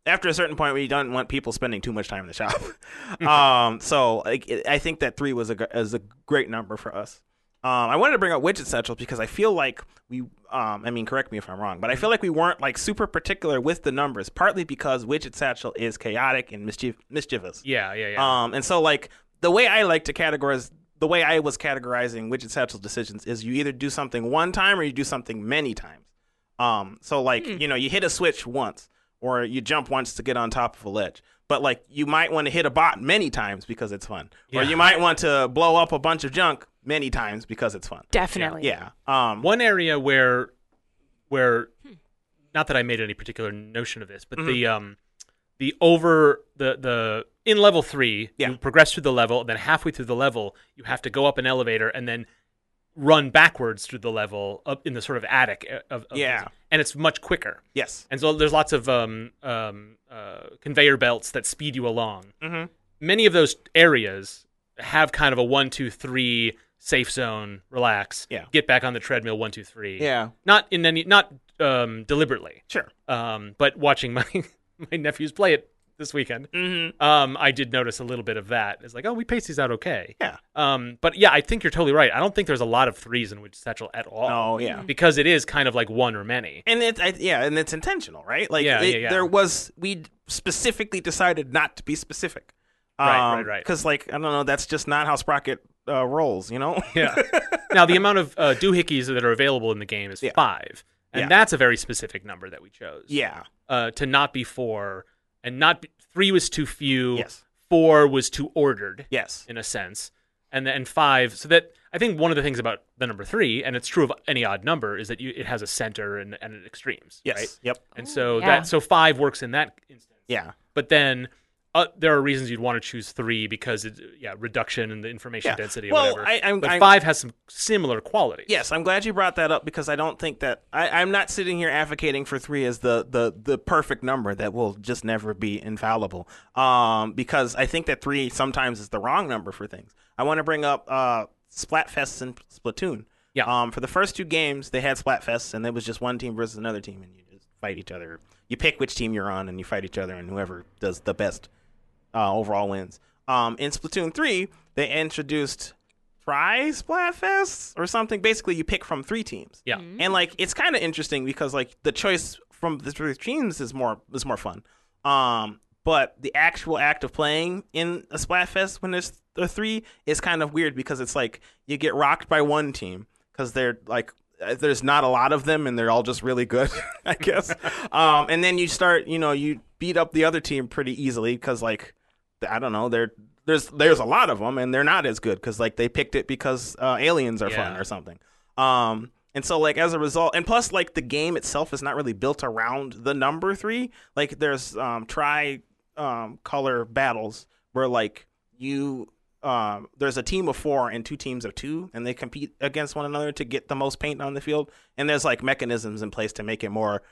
[SPEAKER 3] after a certain point, we don't want people spending too much time in the shop. um, so like, it- I think that three was a gr- is a great number for us. Um, I wanted to bring up Widget Central because I feel like we, um, I mean, correct me if I'm wrong, but I feel like we weren't like super particular with the numbers, partly because Widget Satchel is chaotic and mischief- mischievous.
[SPEAKER 1] yeah, yeah, yeah.
[SPEAKER 3] Um, and so like the way I like to categorize, the way I was categorizing Widget Satchel decisions is you either do something one time or you do something many times. Um, so like
[SPEAKER 1] Hmm.
[SPEAKER 3] you know you hit a switch once or you jump once to get on top of a ledge. But like you might want to hit a bot many times because it's fun, or
[SPEAKER 1] Yeah.
[SPEAKER 3] you might want to blow up a bunch of junk many times because it's fun.
[SPEAKER 2] Definitely.
[SPEAKER 3] Yeah. Um,
[SPEAKER 1] one area where where not that I made any particular notion of this, but
[SPEAKER 3] Mm-hmm.
[SPEAKER 1] the um the over the the in level three,
[SPEAKER 3] Yeah.
[SPEAKER 1] you progress through the level, then halfway through the level, you have to go up an elevator and then run backwards through the level up in the sort of attic uh, of, of
[SPEAKER 3] Yeah.
[SPEAKER 1] things. and it's much quicker.
[SPEAKER 3] Yes.
[SPEAKER 1] And so there's lots of um, um, uh, conveyor belts that speed you along.
[SPEAKER 3] Mm-hmm.
[SPEAKER 1] Many of those areas have kind of a one, two, three safe zone, relax,
[SPEAKER 3] Yeah.
[SPEAKER 1] get back on the treadmill, one, two, three.
[SPEAKER 3] Yeah.
[SPEAKER 1] Not in any, not um, deliberately,
[SPEAKER 3] Sure.
[SPEAKER 1] um, but watching my my nephews play it this weekend.
[SPEAKER 3] Mm-hmm.
[SPEAKER 1] Um, I did notice a little bit of that. It's like, oh, we paced these out okay.
[SPEAKER 3] Yeah.
[SPEAKER 1] Um, but yeah, I think you're totally right. I don't think there's a lot of threes in which Satchel at all.
[SPEAKER 3] Oh yeah.
[SPEAKER 1] Because it is kind of like one or many.
[SPEAKER 3] And it's I, yeah, and it's intentional, right? Like
[SPEAKER 1] Yeah,
[SPEAKER 3] it-
[SPEAKER 1] yeah, yeah.
[SPEAKER 3] there was we specifically decided not to be specific.
[SPEAKER 1] Right, right, right.
[SPEAKER 3] Because like I don't know, that's just not how Sprocket uh, rolls. You know.
[SPEAKER 1] Yeah. now the amount of uh, doohickeys that are available in the game is
[SPEAKER 3] Yeah.
[SPEAKER 1] five, and
[SPEAKER 3] Yeah.
[SPEAKER 1] that's a very specific number that we chose.
[SPEAKER 3] yeah.
[SPEAKER 1] Uh, to not be four, and not be, three was too few.
[SPEAKER 3] Yes.
[SPEAKER 1] Four was too ordered.
[SPEAKER 3] Yes.
[SPEAKER 1] in a sense, and then five. So that I think one of the things about the number three, and it's true of any odd number, is that you, it has a center and, and an extremes.
[SPEAKER 3] Yes.
[SPEAKER 1] Right?
[SPEAKER 3] Yep.
[SPEAKER 1] And
[SPEAKER 2] Ooh,
[SPEAKER 1] so
[SPEAKER 2] yeah.
[SPEAKER 1] that so five works in that instance.
[SPEAKER 3] Yeah.
[SPEAKER 1] But then uh, there are reasons you'd want to choose three because it, yeah, reduction in the information
[SPEAKER 3] Yeah.
[SPEAKER 1] density. Or
[SPEAKER 3] Well,
[SPEAKER 1] whatever.
[SPEAKER 3] I- I'm-
[SPEAKER 1] but
[SPEAKER 3] I'm-
[SPEAKER 1] five has some similar qualities.
[SPEAKER 3] Yes, I'm glad you brought that up because I don't think that I, I'm not sitting here advocating for three as the, the the perfect number that will just never be infallible. Um, because I think that three sometimes is the wrong number for things. I want to bring up uh, Splatfests and Splatoon.
[SPEAKER 1] Yeah.
[SPEAKER 3] Um, for the first two games, they had Splatfests, and it was just one team versus another team, and you just fight each other. You pick which team you're on, and you fight each other, and whoever does the best uh, overall wins. Um, in Splatoon 3, they introduced Try Splatfests or something. Basically, you pick from three teams.
[SPEAKER 1] Yeah.
[SPEAKER 3] And like it's kind of interesting because like the choice from the three teams is more is more fun. Um, but the actual act of playing in a Splatfest when there's a three is kind of weird because it's like you get rocked by one team because they're like uh, there's not a lot of them and they're all just really good, I guess. um, and then you start you know you beat up the other team pretty easily because like I don't know they're. There's there's a lot of them and they're not as good because like they picked it because uh, aliens are fun
[SPEAKER 1] Yeah.
[SPEAKER 3] or something. Um, and so like as a result, and plus like the game itself is not really built around the number three. Like there's um, tri um, color battles where like you um, there's a team of four and two teams of two, and they compete against one another to get the most paint on the field. And there's like mechanisms in place to make it more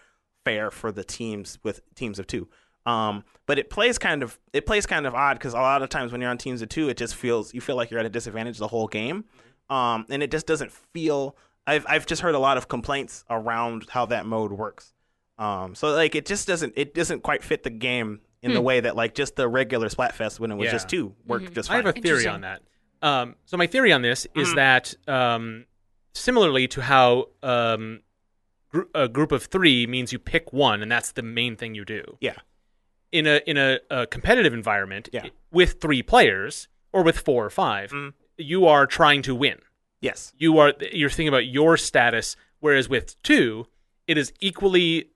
[SPEAKER 3] fair for the teams with teams of two. Um, but it plays kind of it plays kind of odd because a lot of times when you're on teams of two, it just feels you feel like you're at a disadvantage the whole game, um, and it just doesn't feel. I've I've just heard a lot of complaints around how that mode works. Um, so like it just doesn't it doesn't quite fit the game in the way that like just the regular Splatfest when it was
[SPEAKER 1] Yeah.
[SPEAKER 3] just two worked just
[SPEAKER 1] I
[SPEAKER 3] fine.
[SPEAKER 1] have a theory
[SPEAKER 2] Interesting.
[SPEAKER 1] on that. Um, so my theory on this is
[SPEAKER 3] Mhm.
[SPEAKER 1] that um, similarly to how um, gr- a group of three means you pick one, and that's the main thing you do.
[SPEAKER 3] Yeah.
[SPEAKER 1] In a in a, a competitive environment,
[SPEAKER 3] Yeah.
[SPEAKER 1] with three players or with four or five,
[SPEAKER 3] Mhm.
[SPEAKER 1] you are trying to win.
[SPEAKER 3] yes.
[SPEAKER 1] You are you're thinking about your status, whereas with two, it is equally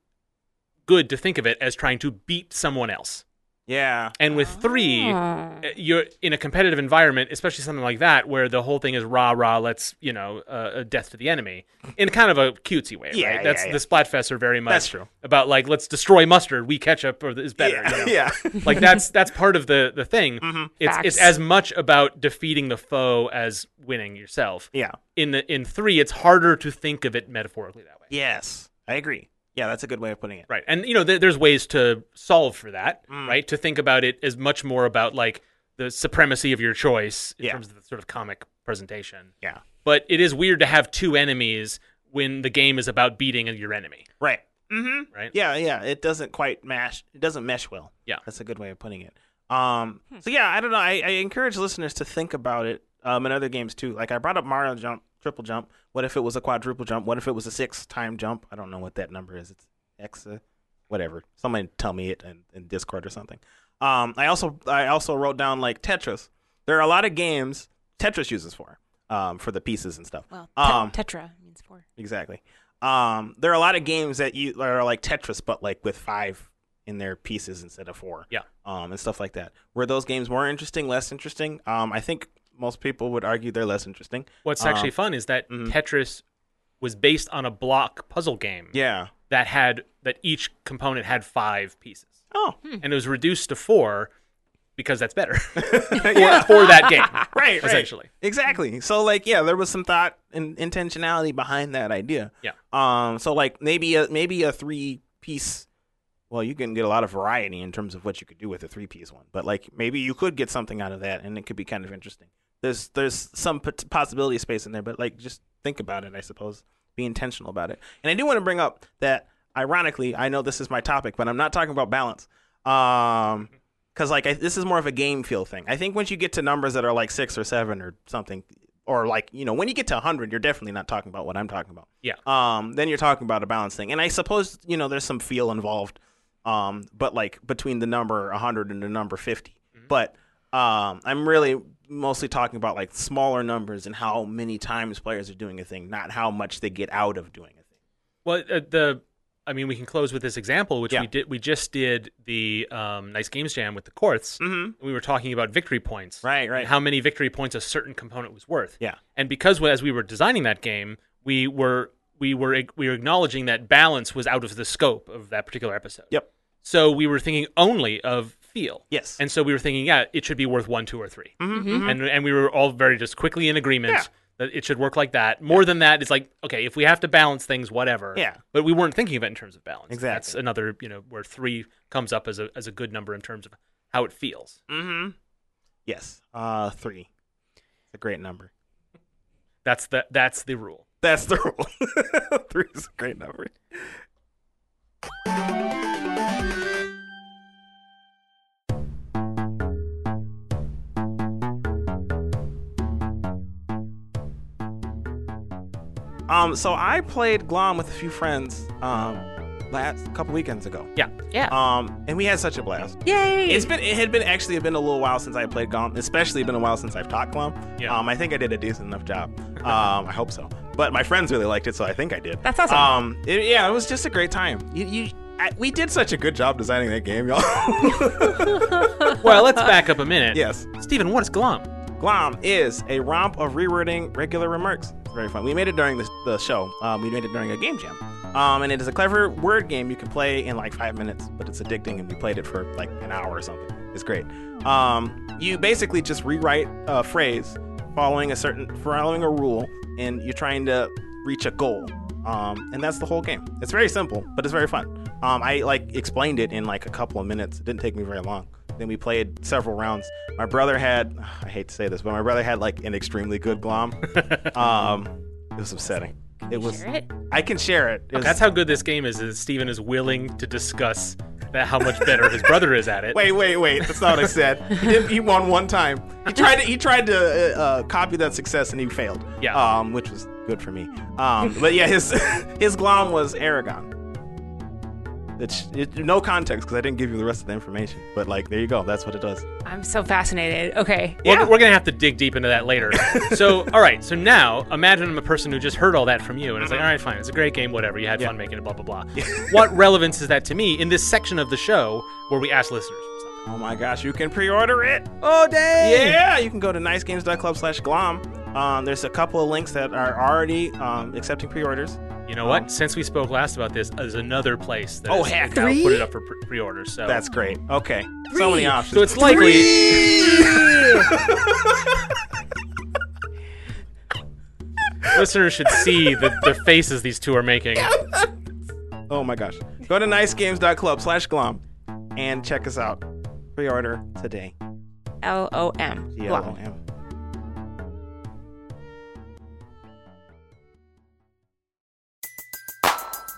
[SPEAKER 1] good to think of it as trying to beat someone else.
[SPEAKER 3] Yeah.
[SPEAKER 1] And with three,
[SPEAKER 2] Oh.
[SPEAKER 1] uh, you're in a competitive environment, especially something like that, where the whole thing is rah rah, let's you know, uh, uh, death to the enemy, in kind of a cutesy way,
[SPEAKER 3] Yeah,
[SPEAKER 1] right?
[SPEAKER 3] yeah,
[SPEAKER 1] That's
[SPEAKER 3] yeah.
[SPEAKER 1] the Splatfests are very much
[SPEAKER 3] That's true.
[SPEAKER 1] about like let's destroy mustard, we ketchup or is better.
[SPEAKER 3] Yeah. Mm-hmm.
[SPEAKER 1] you know?
[SPEAKER 3] yeah.
[SPEAKER 1] like that's that's part of the the thing. It's it's
[SPEAKER 2] Facts.
[SPEAKER 1] as much about defeating the foe as winning yourself.
[SPEAKER 3] Yeah.
[SPEAKER 1] In the in three, it's harder to think of it metaphorically that way.
[SPEAKER 3] Yes. I agree. Yeah, that's a good way of putting it.
[SPEAKER 1] Right. And you know, th- there's ways to solve for that,
[SPEAKER 3] Mm.
[SPEAKER 1] right? To think about it as much more about like the supremacy of your choice in
[SPEAKER 3] Yeah.
[SPEAKER 1] terms of the sort of comic presentation.
[SPEAKER 3] Yeah.
[SPEAKER 1] But it is weird to have two enemies when the game is about beating your enemy,
[SPEAKER 3] Right. Mm-hmm.
[SPEAKER 1] right?
[SPEAKER 3] Yeah, yeah. It doesn't quite mash. It doesn't mesh well.
[SPEAKER 1] Yeah. Hmm.
[SPEAKER 3] that's a good way of putting it. Um. So yeah, I don't know. I, I encourage listeners to think about it. Um, in other games too. Like I brought up Mario Jump, triple jump. What if it was a quadruple jump? What if it was a six time jump? I don't know what that number is. It's hexa, whatever. Somebody tell me it in, in Discord or something. Um. I also I also wrote down like Tetris. There are a lot of games Tetris uses for. Um, for the pieces and stuff.
[SPEAKER 2] Well, te-
[SPEAKER 3] um,
[SPEAKER 2] tetra means four.
[SPEAKER 3] Exactly. Um, there are a lot of games that you that are like Tetris, but like with five in their pieces instead of four.
[SPEAKER 1] Yeah.
[SPEAKER 3] Um, and stuff like that. Were those games more interesting, less interesting? Um, I think most people would argue they're less interesting.
[SPEAKER 1] What's
[SPEAKER 3] Um,
[SPEAKER 1] actually fun is that
[SPEAKER 3] mhm.
[SPEAKER 1] Tetris was based on a block puzzle game
[SPEAKER 3] Yeah.
[SPEAKER 1] that had that each component had 5 pieces.
[SPEAKER 3] Oh.
[SPEAKER 1] And it was reduced to 4 because that's better
[SPEAKER 3] yeah.
[SPEAKER 1] for that game.
[SPEAKER 3] Right. Right.
[SPEAKER 1] Essentially.
[SPEAKER 3] Exactly. So like, yeah, there was some thought and intentionality behind that idea.
[SPEAKER 1] Yeah.
[SPEAKER 3] Um. So like, maybe a maybe a three piece. Well, you can get a lot of variety in terms of what you could do with a three piece one, but like maybe you could get something out of that, and it could be kind of interesting. There's there's some pot- possibility space in there, but like just think about it. I suppose be intentional about it. And I do want to bring up that ironically, I know this is my topic, but I'm not talking about balance. Um, because like I, this is more of a game feel thing. I think once you get to numbers that are like six or seven or something, or like you know when you get to hundred, you're definitely not talking about what I'm talking about.
[SPEAKER 1] Yeah.
[SPEAKER 3] Um, then you're talking about a balance thing, and I suppose you know there's some feel involved. Um, but like between the number hundred and the number 50 but um, I'm really mostly talking about like smaller numbers and how many times players are doing a thing, not how much they get out of doing a thing.
[SPEAKER 1] Well, uh, the I mean, we can close with this example, which
[SPEAKER 3] Yeah.
[SPEAKER 1] we did. We just did the um, nice games jam with the Courts.
[SPEAKER 3] Mm-hmm.
[SPEAKER 1] We were talking about victory points,
[SPEAKER 3] Right, right.
[SPEAKER 1] and how many victory points a certain component was worth.
[SPEAKER 3] Yeah.
[SPEAKER 1] And because we- as we were designing that game, we were we were we were acknowledging that balance was out of the scope of that particular episode.
[SPEAKER 3] Yep.
[SPEAKER 1] So we were thinking only of feel.
[SPEAKER 3] Yes.
[SPEAKER 1] And so we were thinking, yeah, it should be worth one, two, or 3
[SPEAKER 3] Mhm,
[SPEAKER 1] And and we were all very just quickly in agreement
[SPEAKER 3] Yeah.
[SPEAKER 1] that it should work like that. More than that, it's like okay, if we have to balance things, whatever.
[SPEAKER 3] Yeah.
[SPEAKER 1] But we weren't thinking of it in terms of balance.
[SPEAKER 3] Exactly.
[SPEAKER 1] That's another you know where three comes up as a as a good number in terms of how it feels.
[SPEAKER 3] Mm-hmm. Yes. Uh, three. It's a great number.
[SPEAKER 1] That's the that's the rule.
[SPEAKER 3] That's the rule. three is a great number. Um, so I played Glom with a few friends um last a couple weekends ago.
[SPEAKER 1] Yeah.
[SPEAKER 2] Yeah.
[SPEAKER 3] Um, and we had such a blast.
[SPEAKER 2] Yay!
[SPEAKER 3] It's been it had been actually been a little while since I played Glom, especially been a while since I've taught Glom.
[SPEAKER 1] Yeah.
[SPEAKER 3] Um, I think I did a decent enough job. Um, I hope so. But my friends really liked it, so I think I did.
[SPEAKER 2] That's awesome.
[SPEAKER 3] Um, it- yeah, it was just a great time. You, you I, we did such a good job designing that game, y'all.
[SPEAKER 1] Well, let's back up a minute.
[SPEAKER 3] yes.
[SPEAKER 1] Stephen, what is glom?
[SPEAKER 3] Glom is a romp of rewording regular remarks. It's very fun. We made it during the, the show. Um, we made it during a game jam. Um, and it is a clever word game you can play in like five minutes, but it's addicting, and we played it for like an hour or something. It's great. Um, you basically just rewrite a phrase following a certain following a rule, and you're trying to reach a goal. Um, and that's the whole game. It's very simple, but it's very fun. Um, I like explained it in like a couple of minutes. It didn't take me very long. Then we played several rounds. My brother had, I hate to say this, but my brother had like an extremely good glom. um, it was upsetting. It was.
[SPEAKER 2] Share it.
[SPEAKER 3] I can share it. It was-
[SPEAKER 1] That's how good this game is. Is Steven is willing to discuss that how much better his brother is at it.
[SPEAKER 3] Wait, wait, wait. That's not what I said. He, did, he won one time. He tried to he tried to uh, uh, copy that success and he failed.
[SPEAKER 1] Yeah.
[SPEAKER 3] Um, which was good for me. Um, but yeah, his his glom was Aragon. It's it, no context because I didn't give you the rest of the information. But like, there you go. That's what it does.
[SPEAKER 2] I'm so fascinated. Okay.
[SPEAKER 1] We're,
[SPEAKER 3] Yeah.
[SPEAKER 1] we're gonna have to dig deep into that later. so, all right. So now, imagine I'm a person who just heard all that from you, and it's
[SPEAKER 3] Mm-hmm.
[SPEAKER 1] like, all right, fine, it's a great game, whatever. You had fun making it, blah blah blah. what relevance is that to me in this section of the show where we ask listeners? for something?
[SPEAKER 3] Oh my gosh, you can pre-order it.
[SPEAKER 1] Oh dang!
[SPEAKER 3] Yeah, you can go to nicegames.club slash glom. Um, there's a couple of links that are already um, accepting pre-orders.
[SPEAKER 1] You know what? Since we spoke last about this, is another place that
[SPEAKER 3] Oh,
[SPEAKER 1] has
[SPEAKER 3] heck.
[SPEAKER 1] now
[SPEAKER 2] Three?
[SPEAKER 1] put it up for pre- pre-order. So
[SPEAKER 3] That's great. Okay, so many
[SPEAKER 2] Three.
[SPEAKER 3] options.
[SPEAKER 1] so it's likely. Listeners should see the, the faces these two are making.
[SPEAKER 3] Oh my gosh. Go to nicegames.club slash glom and check us out. Pre order today.
[SPEAKER 2] L O M.
[SPEAKER 3] G L O M.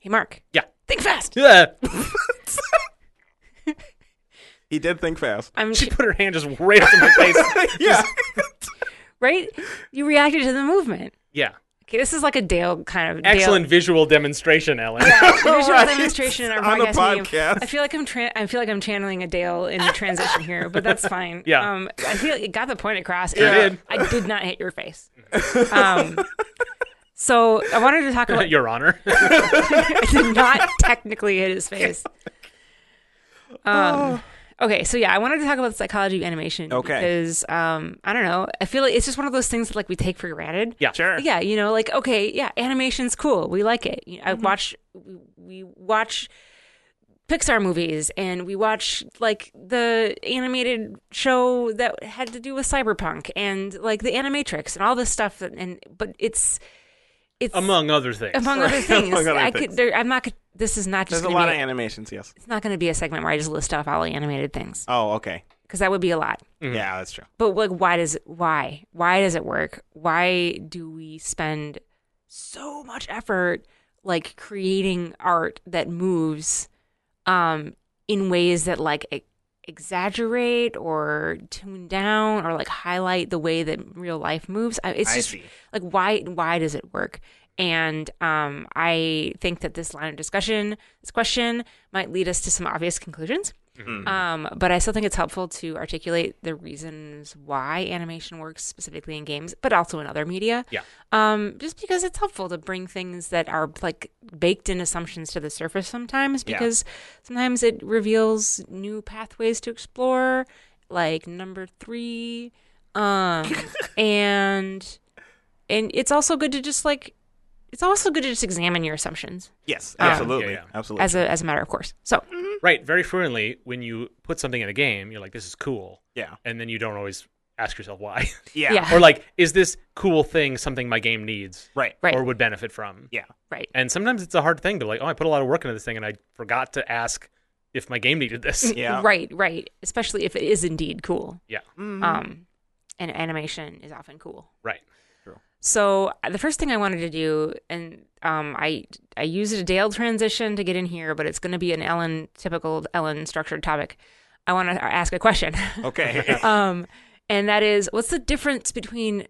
[SPEAKER 2] Hey, Mark.
[SPEAKER 1] Yeah.
[SPEAKER 2] Think fast.
[SPEAKER 1] Yeah.
[SPEAKER 3] He did think fast.
[SPEAKER 2] I'm
[SPEAKER 1] She put her hand just right up to my face.
[SPEAKER 3] Yeah.
[SPEAKER 2] right. You reacted to the movement.
[SPEAKER 1] Yeah.
[SPEAKER 2] Okay, this is like a Dale kind of
[SPEAKER 1] Excellent visual demonstration, Ellen.
[SPEAKER 2] Dale, visual
[SPEAKER 3] Right.
[SPEAKER 2] demonstration in our
[SPEAKER 3] On the
[SPEAKER 2] podcast medium.
[SPEAKER 3] podcast.
[SPEAKER 2] I feel like I'm tran I feel like I'm channeling a Dale in the transition here, but that's fine.
[SPEAKER 1] Yeah.
[SPEAKER 2] Um, I feel it got the point across.
[SPEAKER 1] Sure
[SPEAKER 2] and
[SPEAKER 1] did.
[SPEAKER 2] I did not hit your face. Um, so I wanted to talk about.
[SPEAKER 1] Your Honor.
[SPEAKER 3] Oh.
[SPEAKER 2] I did not technically hit his face. Um, Okay, so yeah, I wanted to talk about the psychology of animation.
[SPEAKER 3] Okay.
[SPEAKER 2] Because um, I don't know, I feel like it's just one of those things that like we take for granted.
[SPEAKER 1] Yeah.
[SPEAKER 3] Sure.
[SPEAKER 2] Yeah, you know, like okay, yeah, animation's cool. We like it. You- I
[SPEAKER 3] Mm-hmm.
[SPEAKER 2] watch we- we watch Pixar movies and we watch like the animated show that had to do with cyberpunk and like the Animatrix and all this stuff and, and but it's it's
[SPEAKER 1] among other things.
[SPEAKER 2] among other
[SPEAKER 3] Right,
[SPEAKER 2] things.
[SPEAKER 3] among other
[SPEAKER 2] I
[SPEAKER 3] things.
[SPEAKER 2] could there, I'm not this is not just
[SPEAKER 3] There's a
[SPEAKER 2] gonna
[SPEAKER 3] lot
[SPEAKER 2] be
[SPEAKER 3] of animations, yes.
[SPEAKER 2] it's not going to be a segment where I just list off all the animated things
[SPEAKER 3] Oh, okay.
[SPEAKER 2] because that would be a lot.
[SPEAKER 3] Yeah, that's true.
[SPEAKER 2] But like, why does it, why why does it work? Why do we spend so much effort like creating art that moves um, in ways that like e- exaggerate or tune down or like highlight the way that real life moves? I, it's
[SPEAKER 3] I
[SPEAKER 2] just
[SPEAKER 3] see.
[SPEAKER 2] like why why does it work? And um, I think that this line of discussion, this question, might lead us to some obvious conclusions.
[SPEAKER 3] Mm-hmm.
[SPEAKER 2] Um, but I still think it's helpful to articulate the reasons why animation works specifically in games, but also in other media.
[SPEAKER 1] Yeah.
[SPEAKER 2] Um, just because it's helpful to bring things that are like baked in assumptions to the surface sometimes,
[SPEAKER 3] Yeah.
[SPEAKER 2] because sometimes it reveals new pathways to explore, like number three. Um, and and it's also good to just like it's also good to just examine your assumptions
[SPEAKER 3] Yes,
[SPEAKER 2] Um,
[SPEAKER 3] absolutely.
[SPEAKER 1] Yeah, yeah.
[SPEAKER 3] Absolutely.
[SPEAKER 2] as a as a matter of course. So
[SPEAKER 1] Right. Very frequently, when you put something in a game, you're like, "This is cool,"
[SPEAKER 3] yeah.
[SPEAKER 1] and then you don't always ask yourself why,
[SPEAKER 3] Yeah.
[SPEAKER 2] Yeah.
[SPEAKER 1] or like, "Is this cool thing something my game needs
[SPEAKER 3] Right.
[SPEAKER 2] right,
[SPEAKER 1] or would benefit from?"
[SPEAKER 3] Yeah.
[SPEAKER 2] right.
[SPEAKER 1] And sometimes it's a hard thing to like, "Oh, I put a lot of work into this thing, and I forgot to ask if my game needed this."
[SPEAKER 3] Yeah.
[SPEAKER 2] Right, right. Especially if it is indeed cool.
[SPEAKER 1] Yeah.
[SPEAKER 2] Um, and animation is often cool.
[SPEAKER 1] Right.
[SPEAKER 2] So uh, the first thing I wanted to do, and um, I I used a Dale transition to get in here, but it's going to be an Ellen typical Ellen structured topic. I want to ask a question.
[SPEAKER 3] Okay.
[SPEAKER 2] um, and that is what's the difference between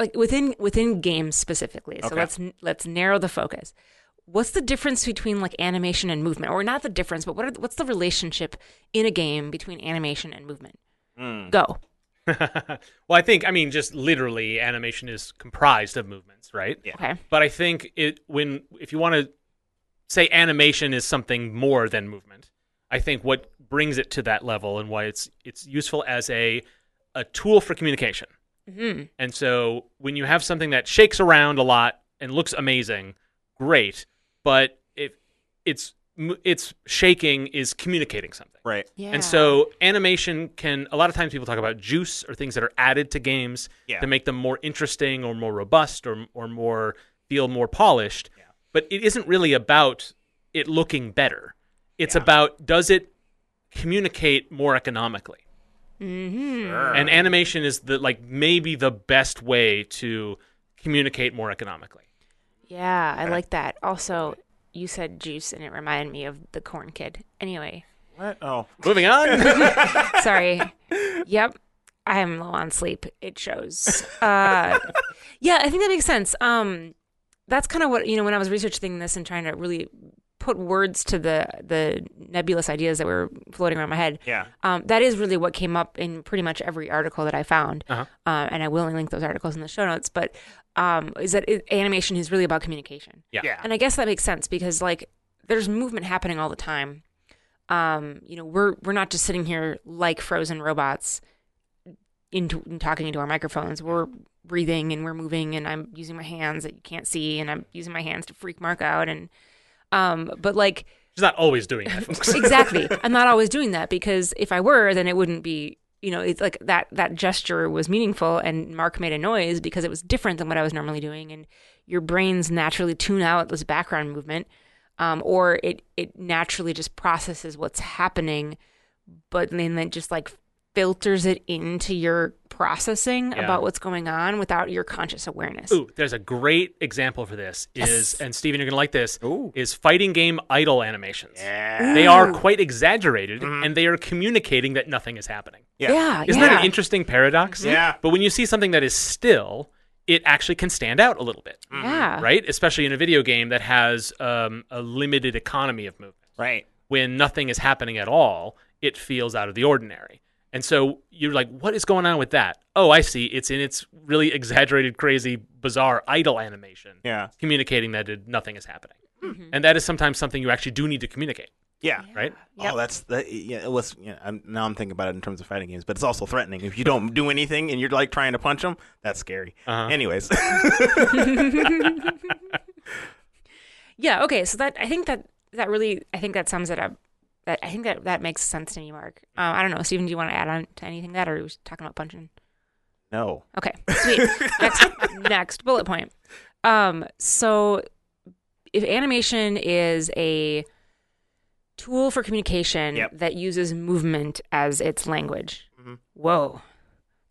[SPEAKER 2] like within within games specifically so
[SPEAKER 3] Okay.
[SPEAKER 2] let's let's narrow the focus what's the difference between like animation and movement or not the difference but what are, what's the relationship in a game between animation and movement
[SPEAKER 1] Hmm.
[SPEAKER 2] go
[SPEAKER 1] well, I think I mean just literally, animation is comprised of movements, right?
[SPEAKER 3] Yeah.
[SPEAKER 2] okay
[SPEAKER 1] But I think it when if you want to say animation is something more than movement, I think what brings it to that level and why it's it's useful as a a tool for communication.
[SPEAKER 2] hmm
[SPEAKER 1] And so when you have something that shakes around a lot and looks amazing, great. But if it's m- it's shaking is communicating something.
[SPEAKER 3] right.
[SPEAKER 2] yeah
[SPEAKER 1] And so animation can a lot of times people talk about juice or things that are added to games
[SPEAKER 3] Yeah.
[SPEAKER 1] to make them more interesting or more robust or or more feel more polished. But it isn't really about it looking better. It's about does it communicate more economically?
[SPEAKER 2] Mm-hmm.
[SPEAKER 3] Sure.
[SPEAKER 1] And animation is the like maybe the best way to communicate more economically.
[SPEAKER 2] yeah i like that also you said juice and it reminded me of the corn kid anyway
[SPEAKER 3] what? Oh.
[SPEAKER 1] Moving on.
[SPEAKER 2] Sorry. Yep. I am low on sleep. It shows. Uh, yeah, I think that makes sense. Um, that's kind of what you know when I was researching this and trying to really put words to the the nebulous ideas that were floating around my head.
[SPEAKER 3] Yeah.
[SPEAKER 2] Um, that is really what came up in pretty much every article that I found,
[SPEAKER 1] Uh-huh.
[SPEAKER 2] Uh, and I will link those articles in the show notes. But um, is that it, animation is really about communication?
[SPEAKER 1] yeah.
[SPEAKER 3] Yeah.
[SPEAKER 2] And I guess that makes sense because like there's movement happening all the time. Um, you know, we're we're not just sitting here like frozen robots into and talking into our microphones. We're breathing and we're moving and I'm using my hands that you can't see and I'm using my hands to freak Mark out and um but like
[SPEAKER 1] She's not always doing that, folks.
[SPEAKER 2] exactly. I'm not always doing that because if I were, then it wouldn't be. You know, it's like that that gesture was meaningful, and Mark made a noise because it was different than what I was normally doing, and your brains naturally tune out this background movement, um, or it it naturally just processes what's happening, but then it just like filters it into your processing
[SPEAKER 1] Yeah.
[SPEAKER 2] about what's going on without your conscious awareness.
[SPEAKER 1] Ooh, there's a great example for this. Is
[SPEAKER 2] Yes.
[SPEAKER 1] and Steven, you're gonna like this.
[SPEAKER 3] Ooh.
[SPEAKER 1] Is fighting game idle animations.
[SPEAKER 3] Yeah. Mm-hmm.
[SPEAKER 1] They are quite exaggerated, and they are communicating that nothing is happening.
[SPEAKER 3] Yeah.
[SPEAKER 2] yeah,
[SPEAKER 1] Isn't that
[SPEAKER 2] yeah.
[SPEAKER 1] an interesting paradox?
[SPEAKER 3] Yeah.
[SPEAKER 1] But when you see something that is still, it actually can stand out a little bit,
[SPEAKER 2] yeah,
[SPEAKER 3] Mm-hmm.
[SPEAKER 1] right? Especially in a video game that has um, a limited economy of movement
[SPEAKER 3] Right.
[SPEAKER 1] when nothing is happening at all, it feels out of the ordinary. And so you're like, what is going on with that? Oh, I see. It's in its really exaggerated, crazy, bizarre, idle animation,
[SPEAKER 3] Yeah.
[SPEAKER 1] communicating that it, nothing is happening. And that is sometimes something you actually do need to communicate.
[SPEAKER 3] Yeah.
[SPEAKER 1] right?
[SPEAKER 2] Yep.
[SPEAKER 3] Oh, that's that. Yeah, it was. Yeah, I'm, now I'm thinking about it in terms of fighting games, but it's also threatening. If you don't do anything and you're like trying to punch them, that's scary.
[SPEAKER 1] Uh-huh.
[SPEAKER 3] Anyways,
[SPEAKER 2] yeah. Okay. So that I think that that really I think that sums it up. That I think that that makes sense to me, Mark. Uh, I don't know, Stephen. Do you want to add on to anything to that, or are we just talking about punching?
[SPEAKER 3] no.
[SPEAKER 2] Okay, sweet. next, next bullet point. Um, so if animation is a tool for communication
[SPEAKER 3] Yep. Mm-hmm.
[SPEAKER 2] that uses movement as its language, whoa,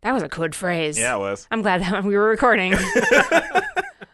[SPEAKER 2] that was a good phrase.
[SPEAKER 3] Yeah, it was.
[SPEAKER 2] I'm glad that we were recording.